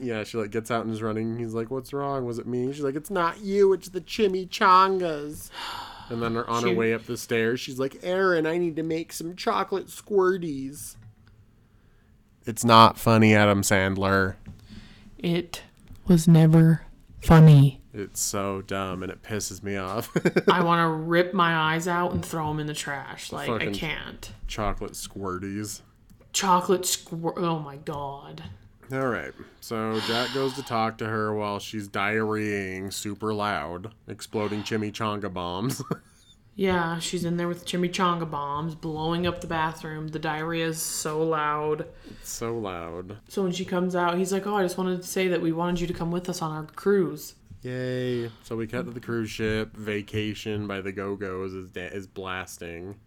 Speaker 2: yeah, she like gets out and is running. He's like, What's wrong? Was it me? She's like, It's not you, it's the chimichangas. And then on her
Speaker 3: She-
Speaker 2: way up the stairs, she's like, Aaron, I need to make some chocolate squirties. It's not funny, Adam Sandler.
Speaker 3: it was never funny.
Speaker 2: It's so dumb and it pisses me off.
Speaker 3: I want to rip my eyes out and throw them in the trash. Like I
Speaker 2: Fucking-
Speaker 3: can't.
Speaker 2: Chocolate squirties.
Speaker 3: Chocolate squir. Oh my god.
Speaker 2: All right. So Jack goes to talk to her while she's diarrheaing super loud, exploding chimichanga bombs.
Speaker 3: Yeah, she's in there with chimichanga bombs, blowing up the bathroom. The diarrhea is so loud.
Speaker 2: it's so loud.
Speaker 3: So when she comes out, he's like, "Oh, I just wanted to say that we wanted you to come with us on our cruise."
Speaker 2: Yay. So we cut to the cruise ship. Vacation by the Go Go's is, da- is blasting.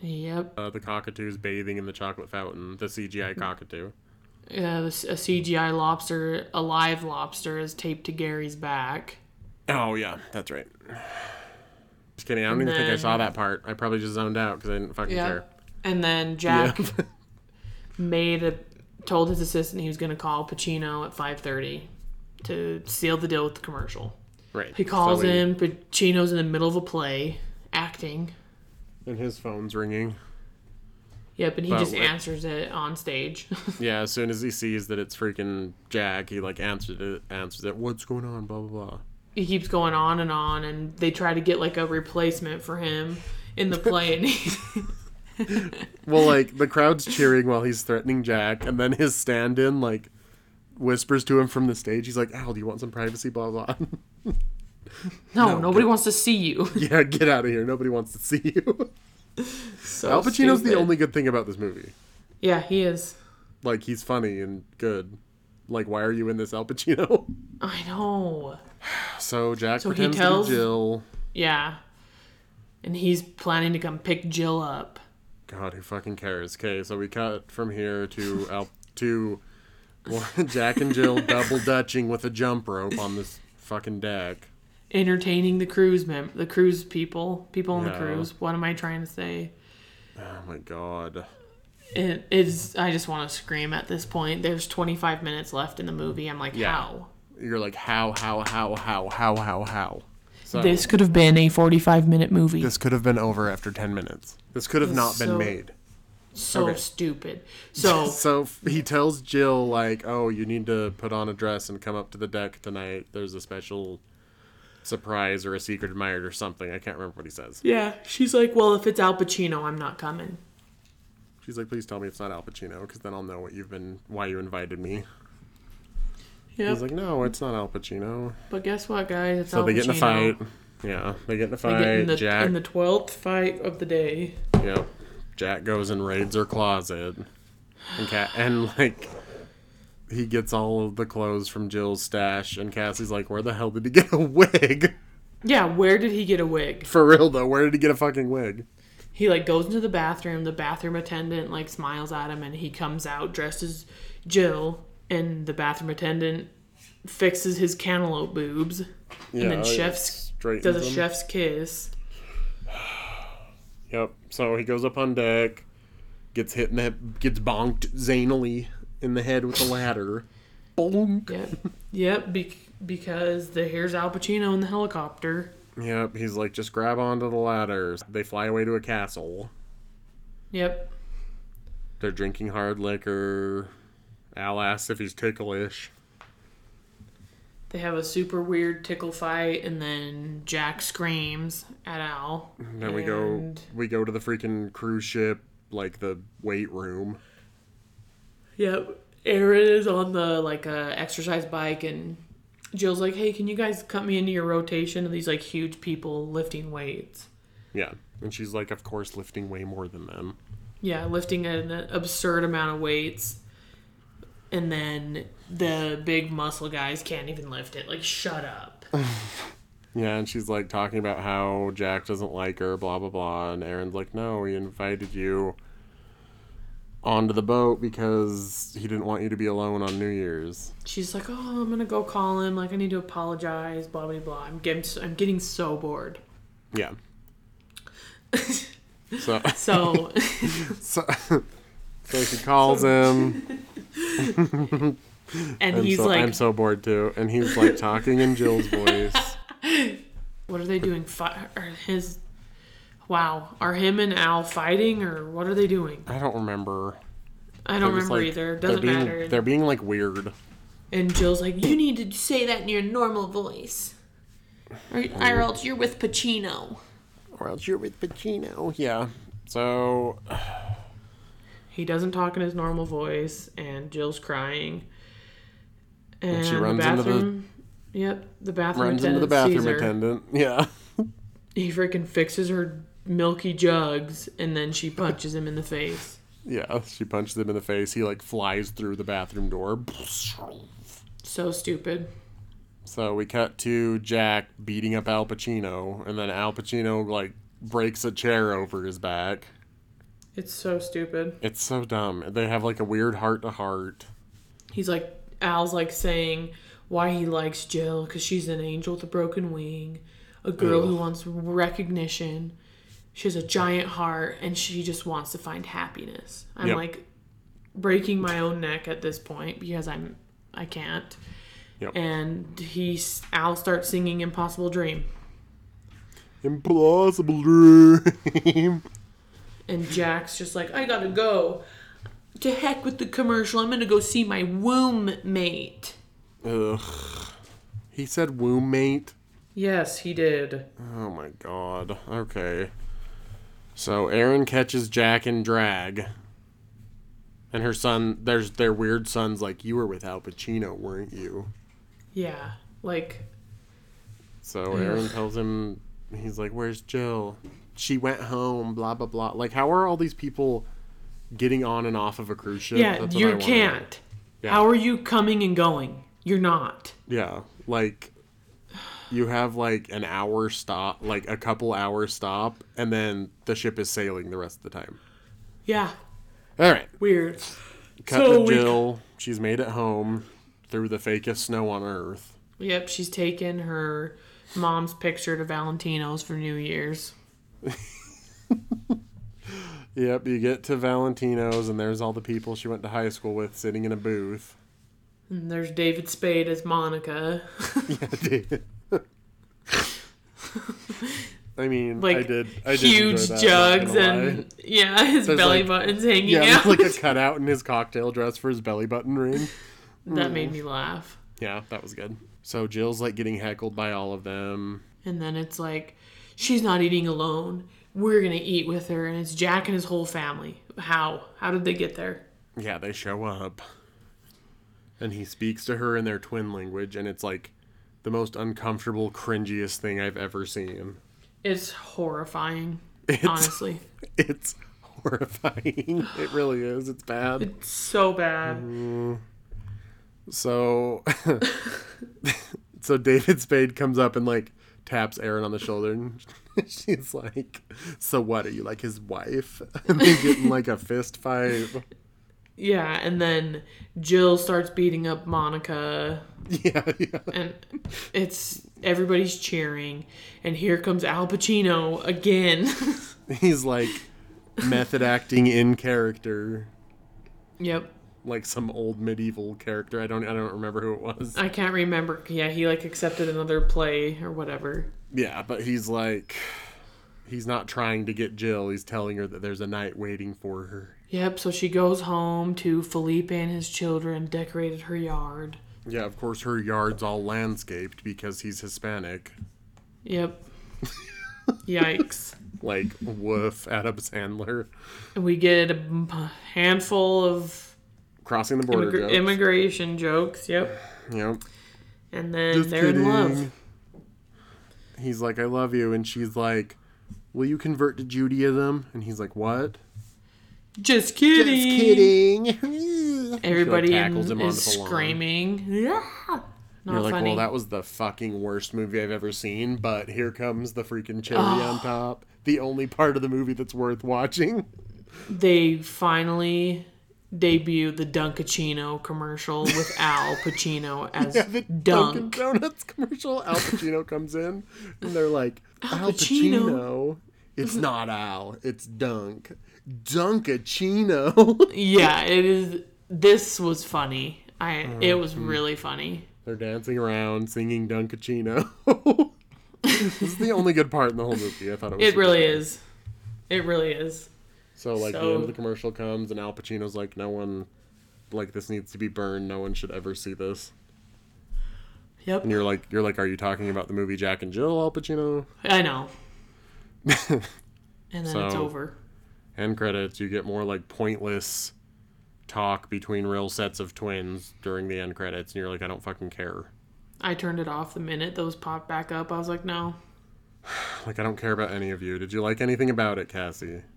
Speaker 3: Yep.
Speaker 2: Uh, the cockatoo's bathing in the chocolate fountain, the
Speaker 3: Mm-hmm.
Speaker 2: CGI cockatoo.
Speaker 3: Uh, this, a CGI lobster, a live lobster, is taped to Gary's back.
Speaker 2: Oh, yeah. That's right. Just kidding. I don't even think I
Speaker 3: then-
Speaker 2: saw that part. I probably just zoned out because I didn't fucking care.
Speaker 3: And then Jack made a told his assistant he was going to call Pacino at 5:30 to seal the deal with the commercial.
Speaker 2: Right.
Speaker 3: He calls
Speaker 2: in.
Speaker 3: in. Pacino's in the middle of a play, acting.
Speaker 2: And his phone's ringing.
Speaker 3: Yep, and he
Speaker 2: But
Speaker 3: just
Speaker 2: what-
Speaker 3: answers it on stage.
Speaker 2: Yeah, as soon as he sees that it's freaking Jack, he like answers it. Answers it. What's going on? Blah blah blah.
Speaker 3: he keeps going on and on and they try to get like a replacement for him in the play and he,
Speaker 2: Well, like the crowd's cheering while he's threatening Jack, and then his stand-in like whispers to him from the stage. He's like, "Al, do you want some privacy?" Blah blah.
Speaker 3: no,
Speaker 2: No,
Speaker 3: nobody
Speaker 2: good.
Speaker 3: wants to see you
Speaker 2: yeah, get out of here. Nobody wants to see you.
Speaker 3: so
Speaker 2: Al Pacino's the
Speaker 3: stupid.
Speaker 2: only good thing about this movie.
Speaker 3: yeah he is
Speaker 2: Like he's funny and good. Like, why are you in this, Al Pacino?
Speaker 3: i know
Speaker 2: so Jack
Speaker 3: he
Speaker 2: pretends
Speaker 3: tells-
Speaker 2: to be Jill.
Speaker 3: yeah and he's planning to come pick jill up
Speaker 2: God, who fucking cares? Okay, so we cut from here to Al- to well, Jack and Jill double dutching with a jump rope on this fucking deck.
Speaker 3: entertaining the cruise mem- the cruise people people on
Speaker 2: Yeah.
Speaker 3: the cruise what am i trying to say
Speaker 2: Oh my god.
Speaker 3: it is i just want to scream at this point there's 25 minutes left in the movie i'm like
Speaker 2: Yeah.
Speaker 3: how
Speaker 2: You're like how how how how how how how. So this,
Speaker 3: this could have been a 45 minute movie
Speaker 2: could have been over after 10 minutes. This could have
Speaker 3: This
Speaker 2: not
Speaker 3: is
Speaker 2: been
Speaker 3: so-
Speaker 2: made.
Speaker 3: so
Speaker 2: okay.
Speaker 3: stupid so
Speaker 2: So f- he tells Jill like, "Oh, you need to put on a dress and come up to the deck tonight. There's a special surprise or a secret admired or something. I can't remember what he says."
Speaker 3: Yeah, she's like, well, if it's Al Pacino, I'm not coming.
Speaker 2: She's like, please tell me it's not Al Pacino, because then I'll know what you've been, why you invited me.
Speaker 3: Yep.
Speaker 2: He's like, no, it's not Al Pacino.
Speaker 3: but guess what, guys? It's
Speaker 2: So
Speaker 3: Al
Speaker 2: they get in a
Speaker 3: Pacino.
Speaker 2: fight. Yeah, they get in a
Speaker 3: They
Speaker 2: fight.
Speaker 3: get in the,
Speaker 2: Jack,
Speaker 3: in the twelfth fight of the day.
Speaker 2: yeah, Jack goes and raids her closet, and Cat and like he gets all of the clothes from Jill's stash, and Cassie's like, "Where the hell did he get a wig?
Speaker 3: Yeah, where did he get a wig?
Speaker 2: For real though, where did he get a fucking wig?"
Speaker 3: He like goes into the bathroom. The bathroom attendant like smiles at him, and he comes out dressed as Jill. And the bathroom attendant fixes his cantaloupe boobs,
Speaker 2: Yeah,
Speaker 3: and then
Speaker 2: it
Speaker 3: chef's
Speaker 2: straightens
Speaker 3: does a
Speaker 2: him.
Speaker 3: chef's kiss.
Speaker 2: Yep. So he goes up on deck, gets hit in the gets bonked zanily in the head with the ladder. Bonk.
Speaker 3: Yep, yep. Be- because the here's Al Pacino in the helicopter.
Speaker 2: Yep, he's like, just grab onto the ladders. They fly away to a castle.
Speaker 3: Yep.
Speaker 2: They're drinking hard liquor. Al asks if he's ticklish.
Speaker 3: They have a super weird tickle fight, and then Jack screams at Al.
Speaker 2: And then we go
Speaker 3: And-
Speaker 2: we go to the freaking cruise ship, like the weight room.
Speaker 3: Yep. Aaron is on the like uh, exercise bike, and Jill's like, "Hey, can you guys cut me into your rotation of these like huge people lifting weights?"
Speaker 2: Yeah. And she's like, Of course lifting way more than them.
Speaker 3: Yeah, lifting an absurd amount of weights, and then the big muscle guys can't even lift it. Like, shut up.
Speaker 2: Yeah, and she's like talking about how Jack doesn't like her, blah blah blah. And Aaron's like, no, he invited you onto the boat because he didn't want you to be alone on New Year's.
Speaker 3: She's like, "Oh, I'm gonna go call him. Like, I need to apologize. Blah blah blah. I'm getting I'm getting so bored."
Speaker 2: Yeah. so
Speaker 3: So
Speaker 2: so, so she calls him.
Speaker 3: and
Speaker 2: I'm
Speaker 3: he's
Speaker 2: so,
Speaker 3: like,
Speaker 2: I'm so bored too, and he's like talking in Jill's voice.
Speaker 3: What are they doing? Fi- are his. Wow. Are him and Al fighting or what are they doing?
Speaker 2: I don't remember.
Speaker 3: I don't
Speaker 2: They're just,
Speaker 3: remember
Speaker 2: like-
Speaker 3: either.
Speaker 2: they're
Speaker 3: Doesn't
Speaker 2: being-
Speaker 3: matter.
Speaker 2: They're being like weird.
Speaker 3: And Jill's like, you need to say that in your normal voice. Or, or else you're with Pacino.
Speaker 2: Or else you're with Pacino. Yeah. So
Speaker 3: He doesn't talk in his normal voice, and Jill's crying. And,
Speaker 2: she
Speaker 3: the
Speaker 2: runs into the-
Speaker 3: bathroom. Yep, the bathroom
Speaker 2: runs into
Speaker 3: attendant
Speaker 2: the bathroom
Speaker 3: sees her.
Speaker 2: attendant. Yeah.
Speaker 3: He freaking fixes her milky jugs, and then she punches him in the face.
Speaker 2: Yeah, she punches him in the face. He like flies through the bathroom door.
Speaker 3: So stupid.
Speaker 2: So we cut to Jack beating up Al Pacino, and then Al Pacino like breaks a chair over his back.
Speaker 3: It's so stupid.
Speaker 2: It's so dumb. They have like a weird heart to heart.
Speaker 3: he's like Al's like saying why he likes Jill because she's an angel with a broken wing, a girl who wants recognition. She has a giant heart and she just wants to find happiness. I'm
Speaker 2: Yep.
Speaker 3: like breaking my own neck at this point because I'm I can't.
Speaker 2: Yep.
Speaker 3: And he s- Al starts singing "Impossible Dream"
Speaker 2: Impossible dream.
Speaker 3: and Jack's just like I gotta go. To heck with the commercial. I'm gonna go see my womb mate.
Speaker 2: Ugh. He said womb mate.
Speaker 3: Yes, he did.
Speaker 2: Oh my god. Okay. So Aaron catches Jack in drag. And her son there's their weird son's like, You were with Al Pacino, weren't you?
Speaker 3: Yeah, like
Speaker 2: So Aaron tells him he's like, Where's Jill? She went home, blah blah blah. Like how are all these people getting on and off of a cruise ship?
Speaker 3: Yeah,
Speaker 2: That's what I
Speaker 3: you
Speaker 2: wanna know.
Speaker 3: can't.
Speaker 2: Yeah.
Speaker 3: How are you coming and going? You're not.
Speaker 2: Yeah. Like you have like an hour stop like a couple hour stop and then the ship is sailing the rest of the time.
Speaker 3: Yeah,
Speaker 2: Alright.
Speaker 3: weird.
Speaker 2: Cut
Speaker 3: So
Speaker 2: to
Speaker 3: we-
Speaker 2: Jill. She's made it home through the fakest snow on earth.
Speaker 3: Yep, she's taken her mom's picture to Valentino's for New Year's.
Speaker 2: Yep, you get to Valentino's, and there's all the people she went to high school with sitting in a booth.
Speaker 3: And there's David Spade as Monica.
Speaker 2: I mean,
Speaker 3: Like
Speaker 2: I did. I did enjoy
Speaker 3: huge
Speaker 2: that, not
Speaker 3: jugs
Speaker 2: gonna lie.
Speaker 3: and yeah, his
Speaker 2: There's
Speaker 3: belly
Speaker 2: like-
Speaker 3: button's hanging
Speaker 2: yeah, there's
Speaker 3: out.
Speaker 2: like a cutout in his cocktail dress for his belly button ring.
Speaker 3: that made me laugh.
Speaker 2: Yeah, that was good. So Jill's like getting heckled by all of them.
Speaker 3: And then it's like, she's not eating alone. We're gonna eat with her, and it's Jack and his whole family. How? How did they get there?
Speaker 2: Yeah, they show up. And he speaks to her in their twin language, and it's like the most uncomfortable, cringiest thing I've ever seen.
Speaker 3: It's horrifying, honestly.
Speaker 2: It's horrifying. It really is. It's bad.
Speaker 3: It's so bad.
Speaker 2: Mm-hmm. So, so David Spade comes up and like taps Aaron on the shoulder, and she's like, "So what are you like his wife?" And they get in like a fist fight.
Speaker 3: Yeah, and then Jill starts beating up Monica,
Speaker 2: Yeah, yeah.
Speaker 3: and it's everybody's cheering. And here comes Al Pacino again.
Speaker 2: He's like method acting in character,
Speaker 3: yep,
Speaker 2: like some old medieval character. I don't, I don't remember who it was.
Speaker 3: I can't remember. Yeah, he like accepted another play or whatever.
Speaker 2: Yeah, but he's like, he's not trying to get Jill. He's telling her that there's a night waiting for her.
Speaker 3: Yep, so she goes home to Felipe and his children, decorated her yard.
Speaker 2: Yeah, of course, her yard's all landscaped because he's Hispanic.
Speaker 3: Yep. Yikes.
Speaker 2: like woof Adam Sandler
Speaker 3: And we get a b- handful of
Speaker 2: crossing the border.
Speaker 3: immigra-
Speaker 2: jokes.
Speaker 3: immigration jokes. Yep.
Speaker 2: Yep.
Speaker 3: And then
Speaker 2: Just
Speaker 3: they're in love.
Speaker 2: kidding. He's like, I love you, and she's like, Will you convert to Judaism? And he's like, What?
Speaker 3: Just kidding.
Speaker 2: Just kidding.
Speaker 3: Everybody
Speaker 2: She, like, tackles
Speaker 3: in-
Speaker 2: him
Speaker 3: is
Speaker 2: onto the lawn.
Speaker 3: screaming. Yeah. Not
Speaker 2: You're like,
Speaker 3: funny.
Speaker 2: well, that was the fucking worst movie I've ever seen, but here comes the freaking cherry on top. The only part of the movie that's worth watching.
Speaker 3: they finally debuted the Dunkachino commercial with Al Pacino as
Speaker 2: the Dunkin'
Speaker 3: Dunk.
Speaker 2: Donuts commercial. Al Pacino comes in, and they're like, Al
Speaker 3: Pacino." Mm-hmm.
Speaker 2: Pacino. It's not Al. It's Dunk. Dunkachino.
Speaker 3: Yeah, it is. This was funny. I.
Speaker 2: Mm-hmm.
Speaker 3: It was really funny.
Speaker 2: they're dancing around, singing Dunkachino. this is the only good part in the whole movie. I thought it was.
Speaker 3: It
Speaker 2: super
Speaker 3: really
Speaker 2: funny.
Speaker 3: is. It really is.
Speaker 2: So like the
Speaker 3: So-
Speaker 2: end of the commercial comes, and Al Pacino's like, no one, like this needs to be burned. No one should ever see this.
Speaker 3: Yep.
Speaker 2: And you're like, you're like, are you talking about the movie Jack and Jill, Al Pacino?
Speaker 3: I know. and then it's
Speaker 2: So-
Speaker 3: over.
Speaker 2: end credits, you get more like pointless talk between real sets of twins during the end credits, and you're like, I don't fucking care.
Speaker 3: I turned it off the minute those popped back up. I was like, no.
Speaker 2: Like, I don't care about any of you. Did you like anything about it, Cassie?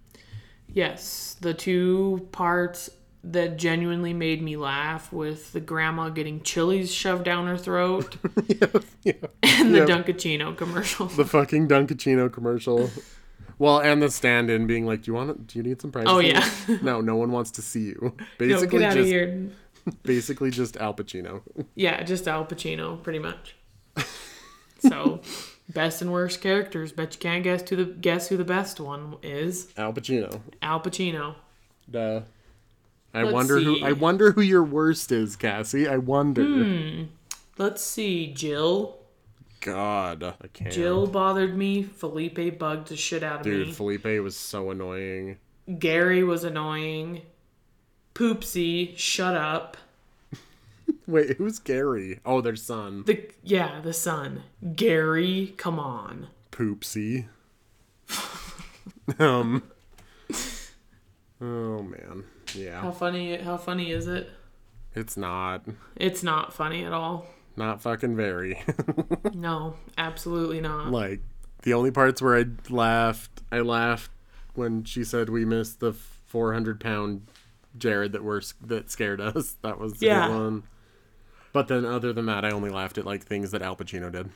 Speaker 3: Yes, the two parts that genuinely made me laugh with the grandma getting chilies shoved down her throat
Speaker 2: yeah.
Speaker 3: and the
Speaker 2: Yep.
Speaker 3: Dunkachino commercial.
Speaker 2: The fucking Dunkachino commercial. Well, and the stand-in being like, "Do you want? Do you need some privacy?"
Speaker 3: Oh, yeah.
Speaker 2: no, no one wants to see you.
Speaker 3: No,
Speaker 2: Basically,
Speaker 3: get out of
Speaker 2: just
Speaker 3: here.
Speaker 2: basically just Al Pacino.
Speaker 3: Yeah, just Al Pacino, pretty much. so, best and worst characters. Bet you can't guess to the guess who the best one is.
Speaker 2: Al Pacino.
Speaker 3: Al Pacino.
Speaker 2: Duh. I
Speaker 3: Let's
Speaker 2: wonder
Speaker 3: see. Hmm.
Speaker 2: who I wonder who your worst is, Cassie. I wonder.
Speaker 3: Let's see, Jill.
Speaker 2: God, I can't.
Speaker 3: Jill bothered me. Felipe bugged the shit out of
Speaker 2: Dude,
Speaker 3: me.
Speaker 2: Felipe was so annoying.
Speaker 3: Gary was annoying. Poopsie, shut up.
Speaker 2: Wait, who's Gary? Oh, their son.
Speaker 3: The yeah, the son. Gary, come on.
Speaker 2: Poopsie. um. Oh man,
Speaker 3: How
Speaker 2: yeah.
Speaker 3: funny how funny is it?
Speaker 2: It's not,
Speaker 3: It's not funny at all.
Speaker 2: not fucking very.
Speaker 3: No, absolutely not.
Speaker 2: like the only parts where I laughed, I laughed when she said we missed the 400 pound Jared that were that scared us. That was the
Speaker 3: Yeah.
Speaker 2: good one. But then, other than that, I only laughed at like things that Al Pacino did.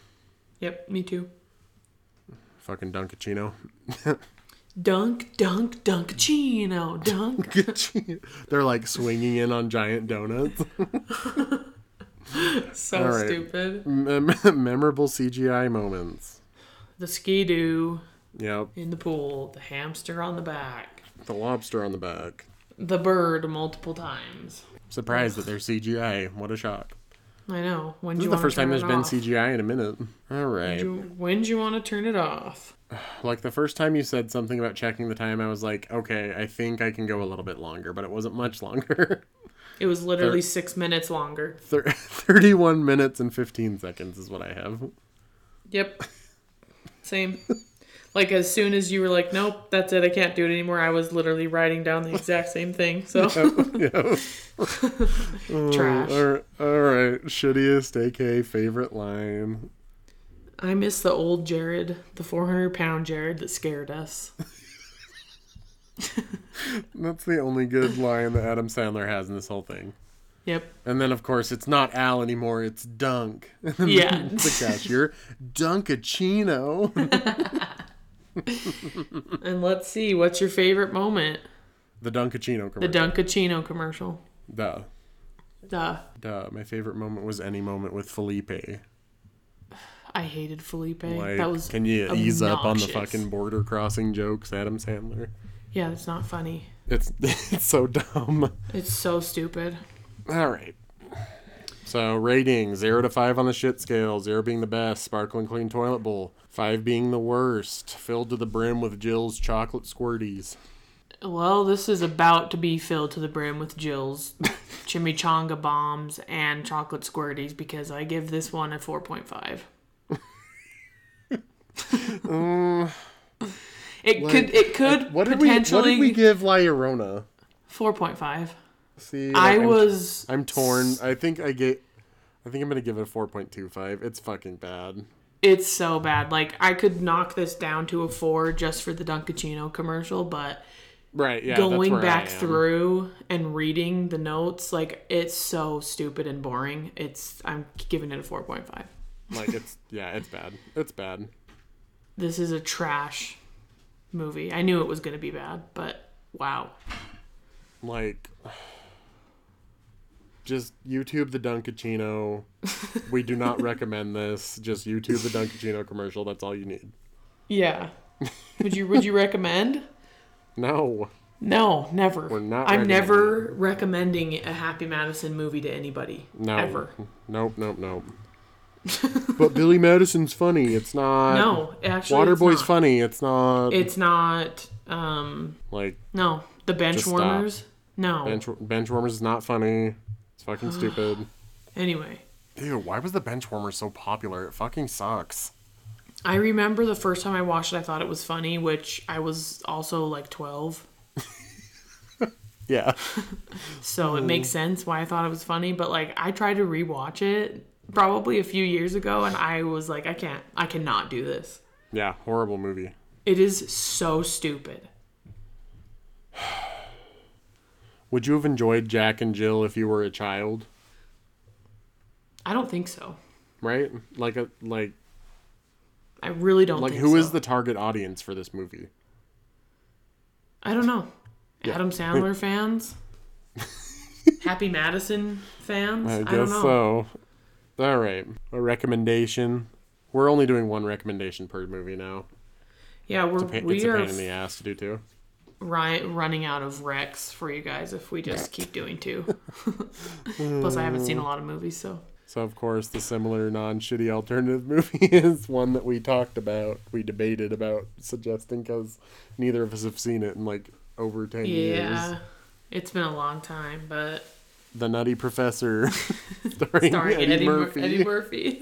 Speaker 3: Yep, me too.
Speaker 2: Fucking Dunkachino.
Speaker 3: Dunk, dunk, dunk, Chino, dunk.
Speaker 2: They're like swinging in on giant donuts.
Speaker 3: So
Speaker 2: All right.
Speaker 3: stupid.
Speaker 2: Mem- memorable CGI moments.
Speaker 3: The ski doo
Speaker 2: Yep.
Speaker 3: in the pool, the hamster on the back,
Speaker 2: The lobster on the back.
Speaker 3: the bird multiple times.
Speaker 2: Surprised that they're CGI. What a shock.
Speaker 3: I know. When
Speaker 2: This is
Speaker 3: do you
Speaker 2: the
Speaker 3: wanna
Speaker 2: first time
Speaker 3: turn
Speaker 2: there's
Speaker 3: it
Speaker 2: been
Speaker 3: off?
Speaker 2: CGI in a minute. All right.
Speaker 3: You- When do you want to turn it off?
Speaker 2: Like the first time you said something about checking the time, I was like, okay, I think I can go a little bit longer, but it wasn't much longer.
Speaker 3: It was literally six minutes longer.
Speaker 2: Thir- 31 minutes and 15 seconds is what I have.
Speaker 3: Yep. Same. like as soon as you were like, nope, that's it, I can't do it anymore. I was literally writing down the exact same thing. So
Speaker 2: yeah. Uh,
Speaker 3: trash.
Speaker 2: All right, all right. Shittiest AK favorite line.
Speaker 3: I miss the old Jared, the 400 pound Jared that scared us.
Speaker 2: That's the only good line that Adam Sandler has in this whole thing.
Speaker 3: Yep.
Speaker 2: And then, of course, it's not Al anymore, it's Dunk. And then
Speaker 3: Yeah.
Speaker 2: the cashier, Dunkachino.
Speaker 3: And let's see, what's your favorite moment?
Speaker 2: the Dunkachino
Speaker 3: The
Speaker 2: commercial.
Speaker 3: Dunkachino commercial.
Speaker 2: Duh.
Speaker 3: Duh.
Speaker 2: Duh. My favorite moment was any moment with Felipe.
Speaker 3: I hated Felipe.
Speaker 2: Like,
Speaker 3: that was
Speaker 2: can you ease up on the
Speaker 3: obnoxious.
Speaker 2: fucking border crossing jokes, Adam Sandler?
Speaker 3: Yeah, it's not funny.
Speaker 2: It's, it's so dumb.
Speaker 3: It's so stupid.
Speaker 2: All right. So rating zero to five on the shit scale, zero being the best, sparkling clean toilet bowl, five being the worst, filled to the brim with Jill's chocolate squirties.
Speaker 3: Well, this is about to be filled to the brim with Jill's chimichanga bombs and chocolate squirties because I give this one a 4.5. it could it could
Speaker 2: What did we? What
Speaker 3: potentially
Speaker 2: did we give Lyrona?
Speaker 3: 4.5.
Speaker 2: See,
Speaker 3: I
Speaker 2: I'm-
Speaker 3: was
Speaker 2: I'm torn. I think I get. I think I'm gonna give it a four point two five. It's fucking bad.
Speaker 3: it's so bad. Like I could knock this down to a 4 just for the Dunkachino commercial, but
Speaker 2: Right. Yeah. that's
Speaker 3: going
Speaker 2: where I
Speaker 3: back
Speaker 2: am.
Speaker 3: through and reading the notes, like it's so stupid and boring. It's I'm giving it a 4.5.
Speaker 2: Like it's yeah, it's bad. It's bad.
Speaker 3: This is a trash movie. I knew it was going to be bad, but wow.
Speaker 2: like just YouTube the Dunkachino. we do not recommend this. Just YouTube the Dunkachino commercial. That's all you need.
Speaker 3: Yeah. Would you would you recommend?
Speaker 2: No,
Speaker 3: No, never.
Speaker 2: We're not
Speaker 3: I'm never recommending a Happy Madison movie to anybody.
Speaker 2: no,
Speaker 3: Ever.
Speaker 2: nope, nope, nope. but Billy Madison's funny. It's not.
Speaker 3: No, actually it's
Speaker 2: Waterboy's
Speaker 3: not.
Speaker 2: funny. It's not.
Speaker 3: It's not um
Speaker 2: like
Speaker 3: no, The Bench
Speaker 2: Just stop.
Speaker 3: Warmers. No.
Speaker 2: bench Benchwarmers is not funny. It's fucking stupid.
Speaker 3: Anyway,
Speaker 2: Ew, why was the Benchwarmers so popular? It fucking sucks.
Speaker 3: I remember the first time I watched it, I thought it was funny, which I was also like 12.
Speaker 2: Yeah.
Speaker 3: So it makes sense why I thought it was funny. But like, I tried to rewatch it probably a few years ago and I was like, I can't, I cannot do this.
Speaker 2: Yeah, horrible movie.
Speaker 3: It is so stupid.
Speaker 2: Would you have enjoyed Jack and Jill if you were a child?
Speaker 3: I don't think so.
Speaker 2: right? Like a like
Speaker 3: I really don't
Speaker 2: like
Speaker 3: think
Speaker 2: who
Speaker 3: so.
Speaker 2: is the target audience for this movie?
Speaker 3: I don't know. Adam Sandler fans? Happy Madison fans?
Speaker 2: I
Speaker 3: I,
Speaker 2: guess
Speaker 3: don't know.
Speaker 2: so. All right, a recommendation. We're only doing one recommendation per movie now.
Speaker 3: Yeah, we're,
Speaker 2: Pa- it's
Speaker 3: we
Speaker 2: a
Speaker 3: are
Speaker 2: pain in the ass to do too.
Speaker 3: ri- running out of recs for you guys if we just keep doing two. Plus, I haven't seen a lot of movies, so
Speaker 2: So of course, the similar non-shitty alternative movie is one that we talked about, we debated about suggesting because neither of us have seen it in like over ten
Speaker 3: yeah,
Speaker 2: years.
Speaker 3: it's been a long time, but
Speaker 2: The Nutty Professor, starring,
Speaker 3: sorry,
Speaker 2: Eddie,
Speaker 3: Eddie, Mur-
Speaker 2: Murphy.
Speaker 3: Eddie Murphy.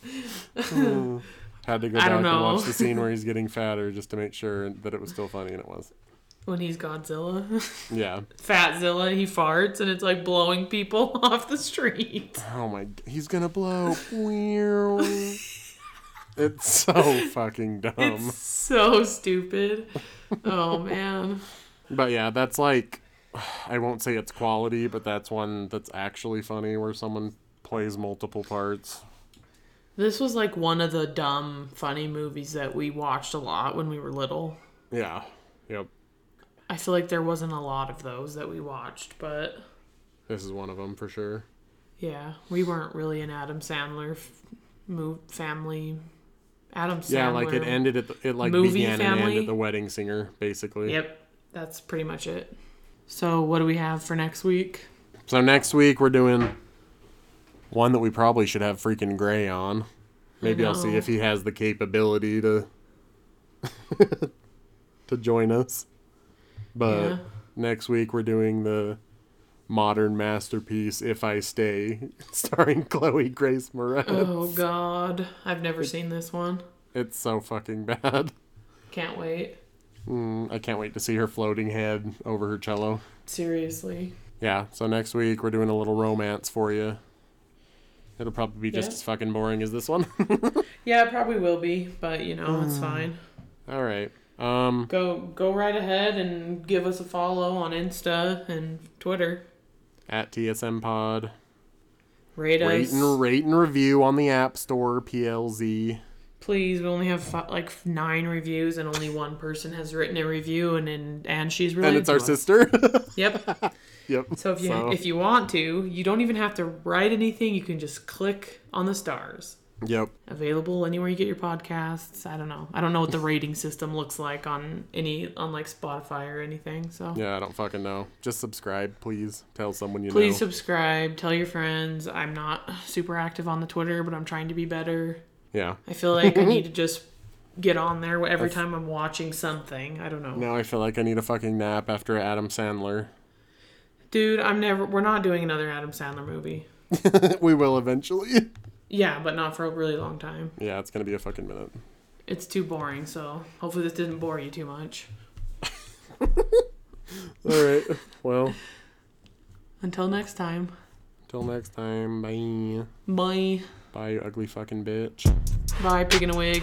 Speaker 2: Had to go
Speaker 3: I
Speaker 2: back
Speaker 3: don't
Speaker 2: and watch
Speaker 3: know.
Speaker 2: the scene where he's getting fatter just to make sure that it was still funny, and it was.
Speaker 3: when he's Godzilla,
Speaker 2: Yeah.
Speaker 3: Fatzilla, he farts and it's like blowing people off the street.
Speaker 2: Oh my. g- He's gonna blow. Meow. it's so fucking dumb.
Speaker 3: It's so stupid. Oh man,
Speaker 2: But yeah, that's like. I won't say it's quality, but that's one that's actually funny where someone plays multiple parts.
Speaker 3: this was like one of the dumb, funny movies that we watched a lot when we were little.
Speaker 2: Yeah. Yep.
Speaker 3: I feel like there wasn't a lot of those that we watched, but
Speaker 2: This is one of them for sure.
Speaker 3: yeah, we weren't really an Adam Sandler f- mo- family. Adam Sandler.
Speaker 2: Yeah, like it ended at the, it like
Speaker 3: Movie
Speaker 2: began and ended
Speaker 3: family?
Speaker 2: at the wedding singer basically.
Speaker 3: Yep, that's pretty much it. So what do we have for next week?
Speaker 2: So next week we're doing one that we probably should have freaking Gray on. Maybe I'll see
Speaker 3: know.
Speaker 2: if he has the capability to to join us. But
Speaker 3: Yeah.
Speaker 2: next week we're doing the modern masterpiece If I Stay starring Chloe Grace Moretz.
Speaker 3: Oh God, I've never seen this one.
Speaker 2: It's so fucking bad.
Speaker 3: Can't wait.
Speaker 2: Mm, I can't wait to see her floating head over her cello.
Speaker 3: Seriously.
Speaker 2: Yeah, so next week we're doing a little romance for you. It'll probably be just
Speaker 3: Yeah.
Speaker 2: as fucking boring as this one. Mm.
Speaker 3: Yeah, it probably will be, but you know it's fine.
Speaker 2: All right. Um,
Speaker 3: Go go right ahead and give us a follow on Insta and Twitter.
Speaker 2: at TSM Pod.
Speaker 3: Rate
Speaker 2: Rate
Speaker 3: us,
Speaker 2: and, rate and review on the App Store, PLZ.
Speaker 3: please. We only have fi- like nine reviews, and only one person has written a review, and and, and she's related.
Speaker 2: And it's our
Speaker 3: to us.
Speaker 2: sister.
Speaker 3: Yep.
Speaker 2: yep.
Speaker 3: So if you
Speaker 2: So-
Speaker 3: if you want to, you don't even have to write anything. You can just click on the stars.
Speaker 2: Yep.
Speaker 3: Available anywhere you get your podcasts. I don't know. I don't know what the rating system looks like on any on like Spotify or anything. So
Speaker 2: Yeah, I don't fucking know. Just subscribe, please. Tell someone you
Speaker 3: please
Speaker 2: know.
Speaker 3: subscribe. Tell your friends. I'm not super active on the Twitter, but I'm trying to be better.
Speaker 2: yeah.
Speaker 3: I feel like I need to just get on there every time I'm watching something. I don't know.
Speaker 2: Now I feel like I need a fucking nap after Adam Sandler.
Speaker 3: Dude, I'm never we're not doing another Adam Sandler movie.
Speaker 2: we will eventually.
Speaker 3: Yeah, but not for a really long time.
Speaker 2: Yeah, it's gonna be a fucking minute.
Speaker 3: It's too boring, so hopefully this didn't bore you too much.
Speaker 2: All right. well,
Speaker 3: Until next time.
Speaker 2: till next time. Bye.
Speaker 3: Bye.
Speaker 2: Bye, you ugly fucking bitch.
Speaker 3: Bye, pig in a wig.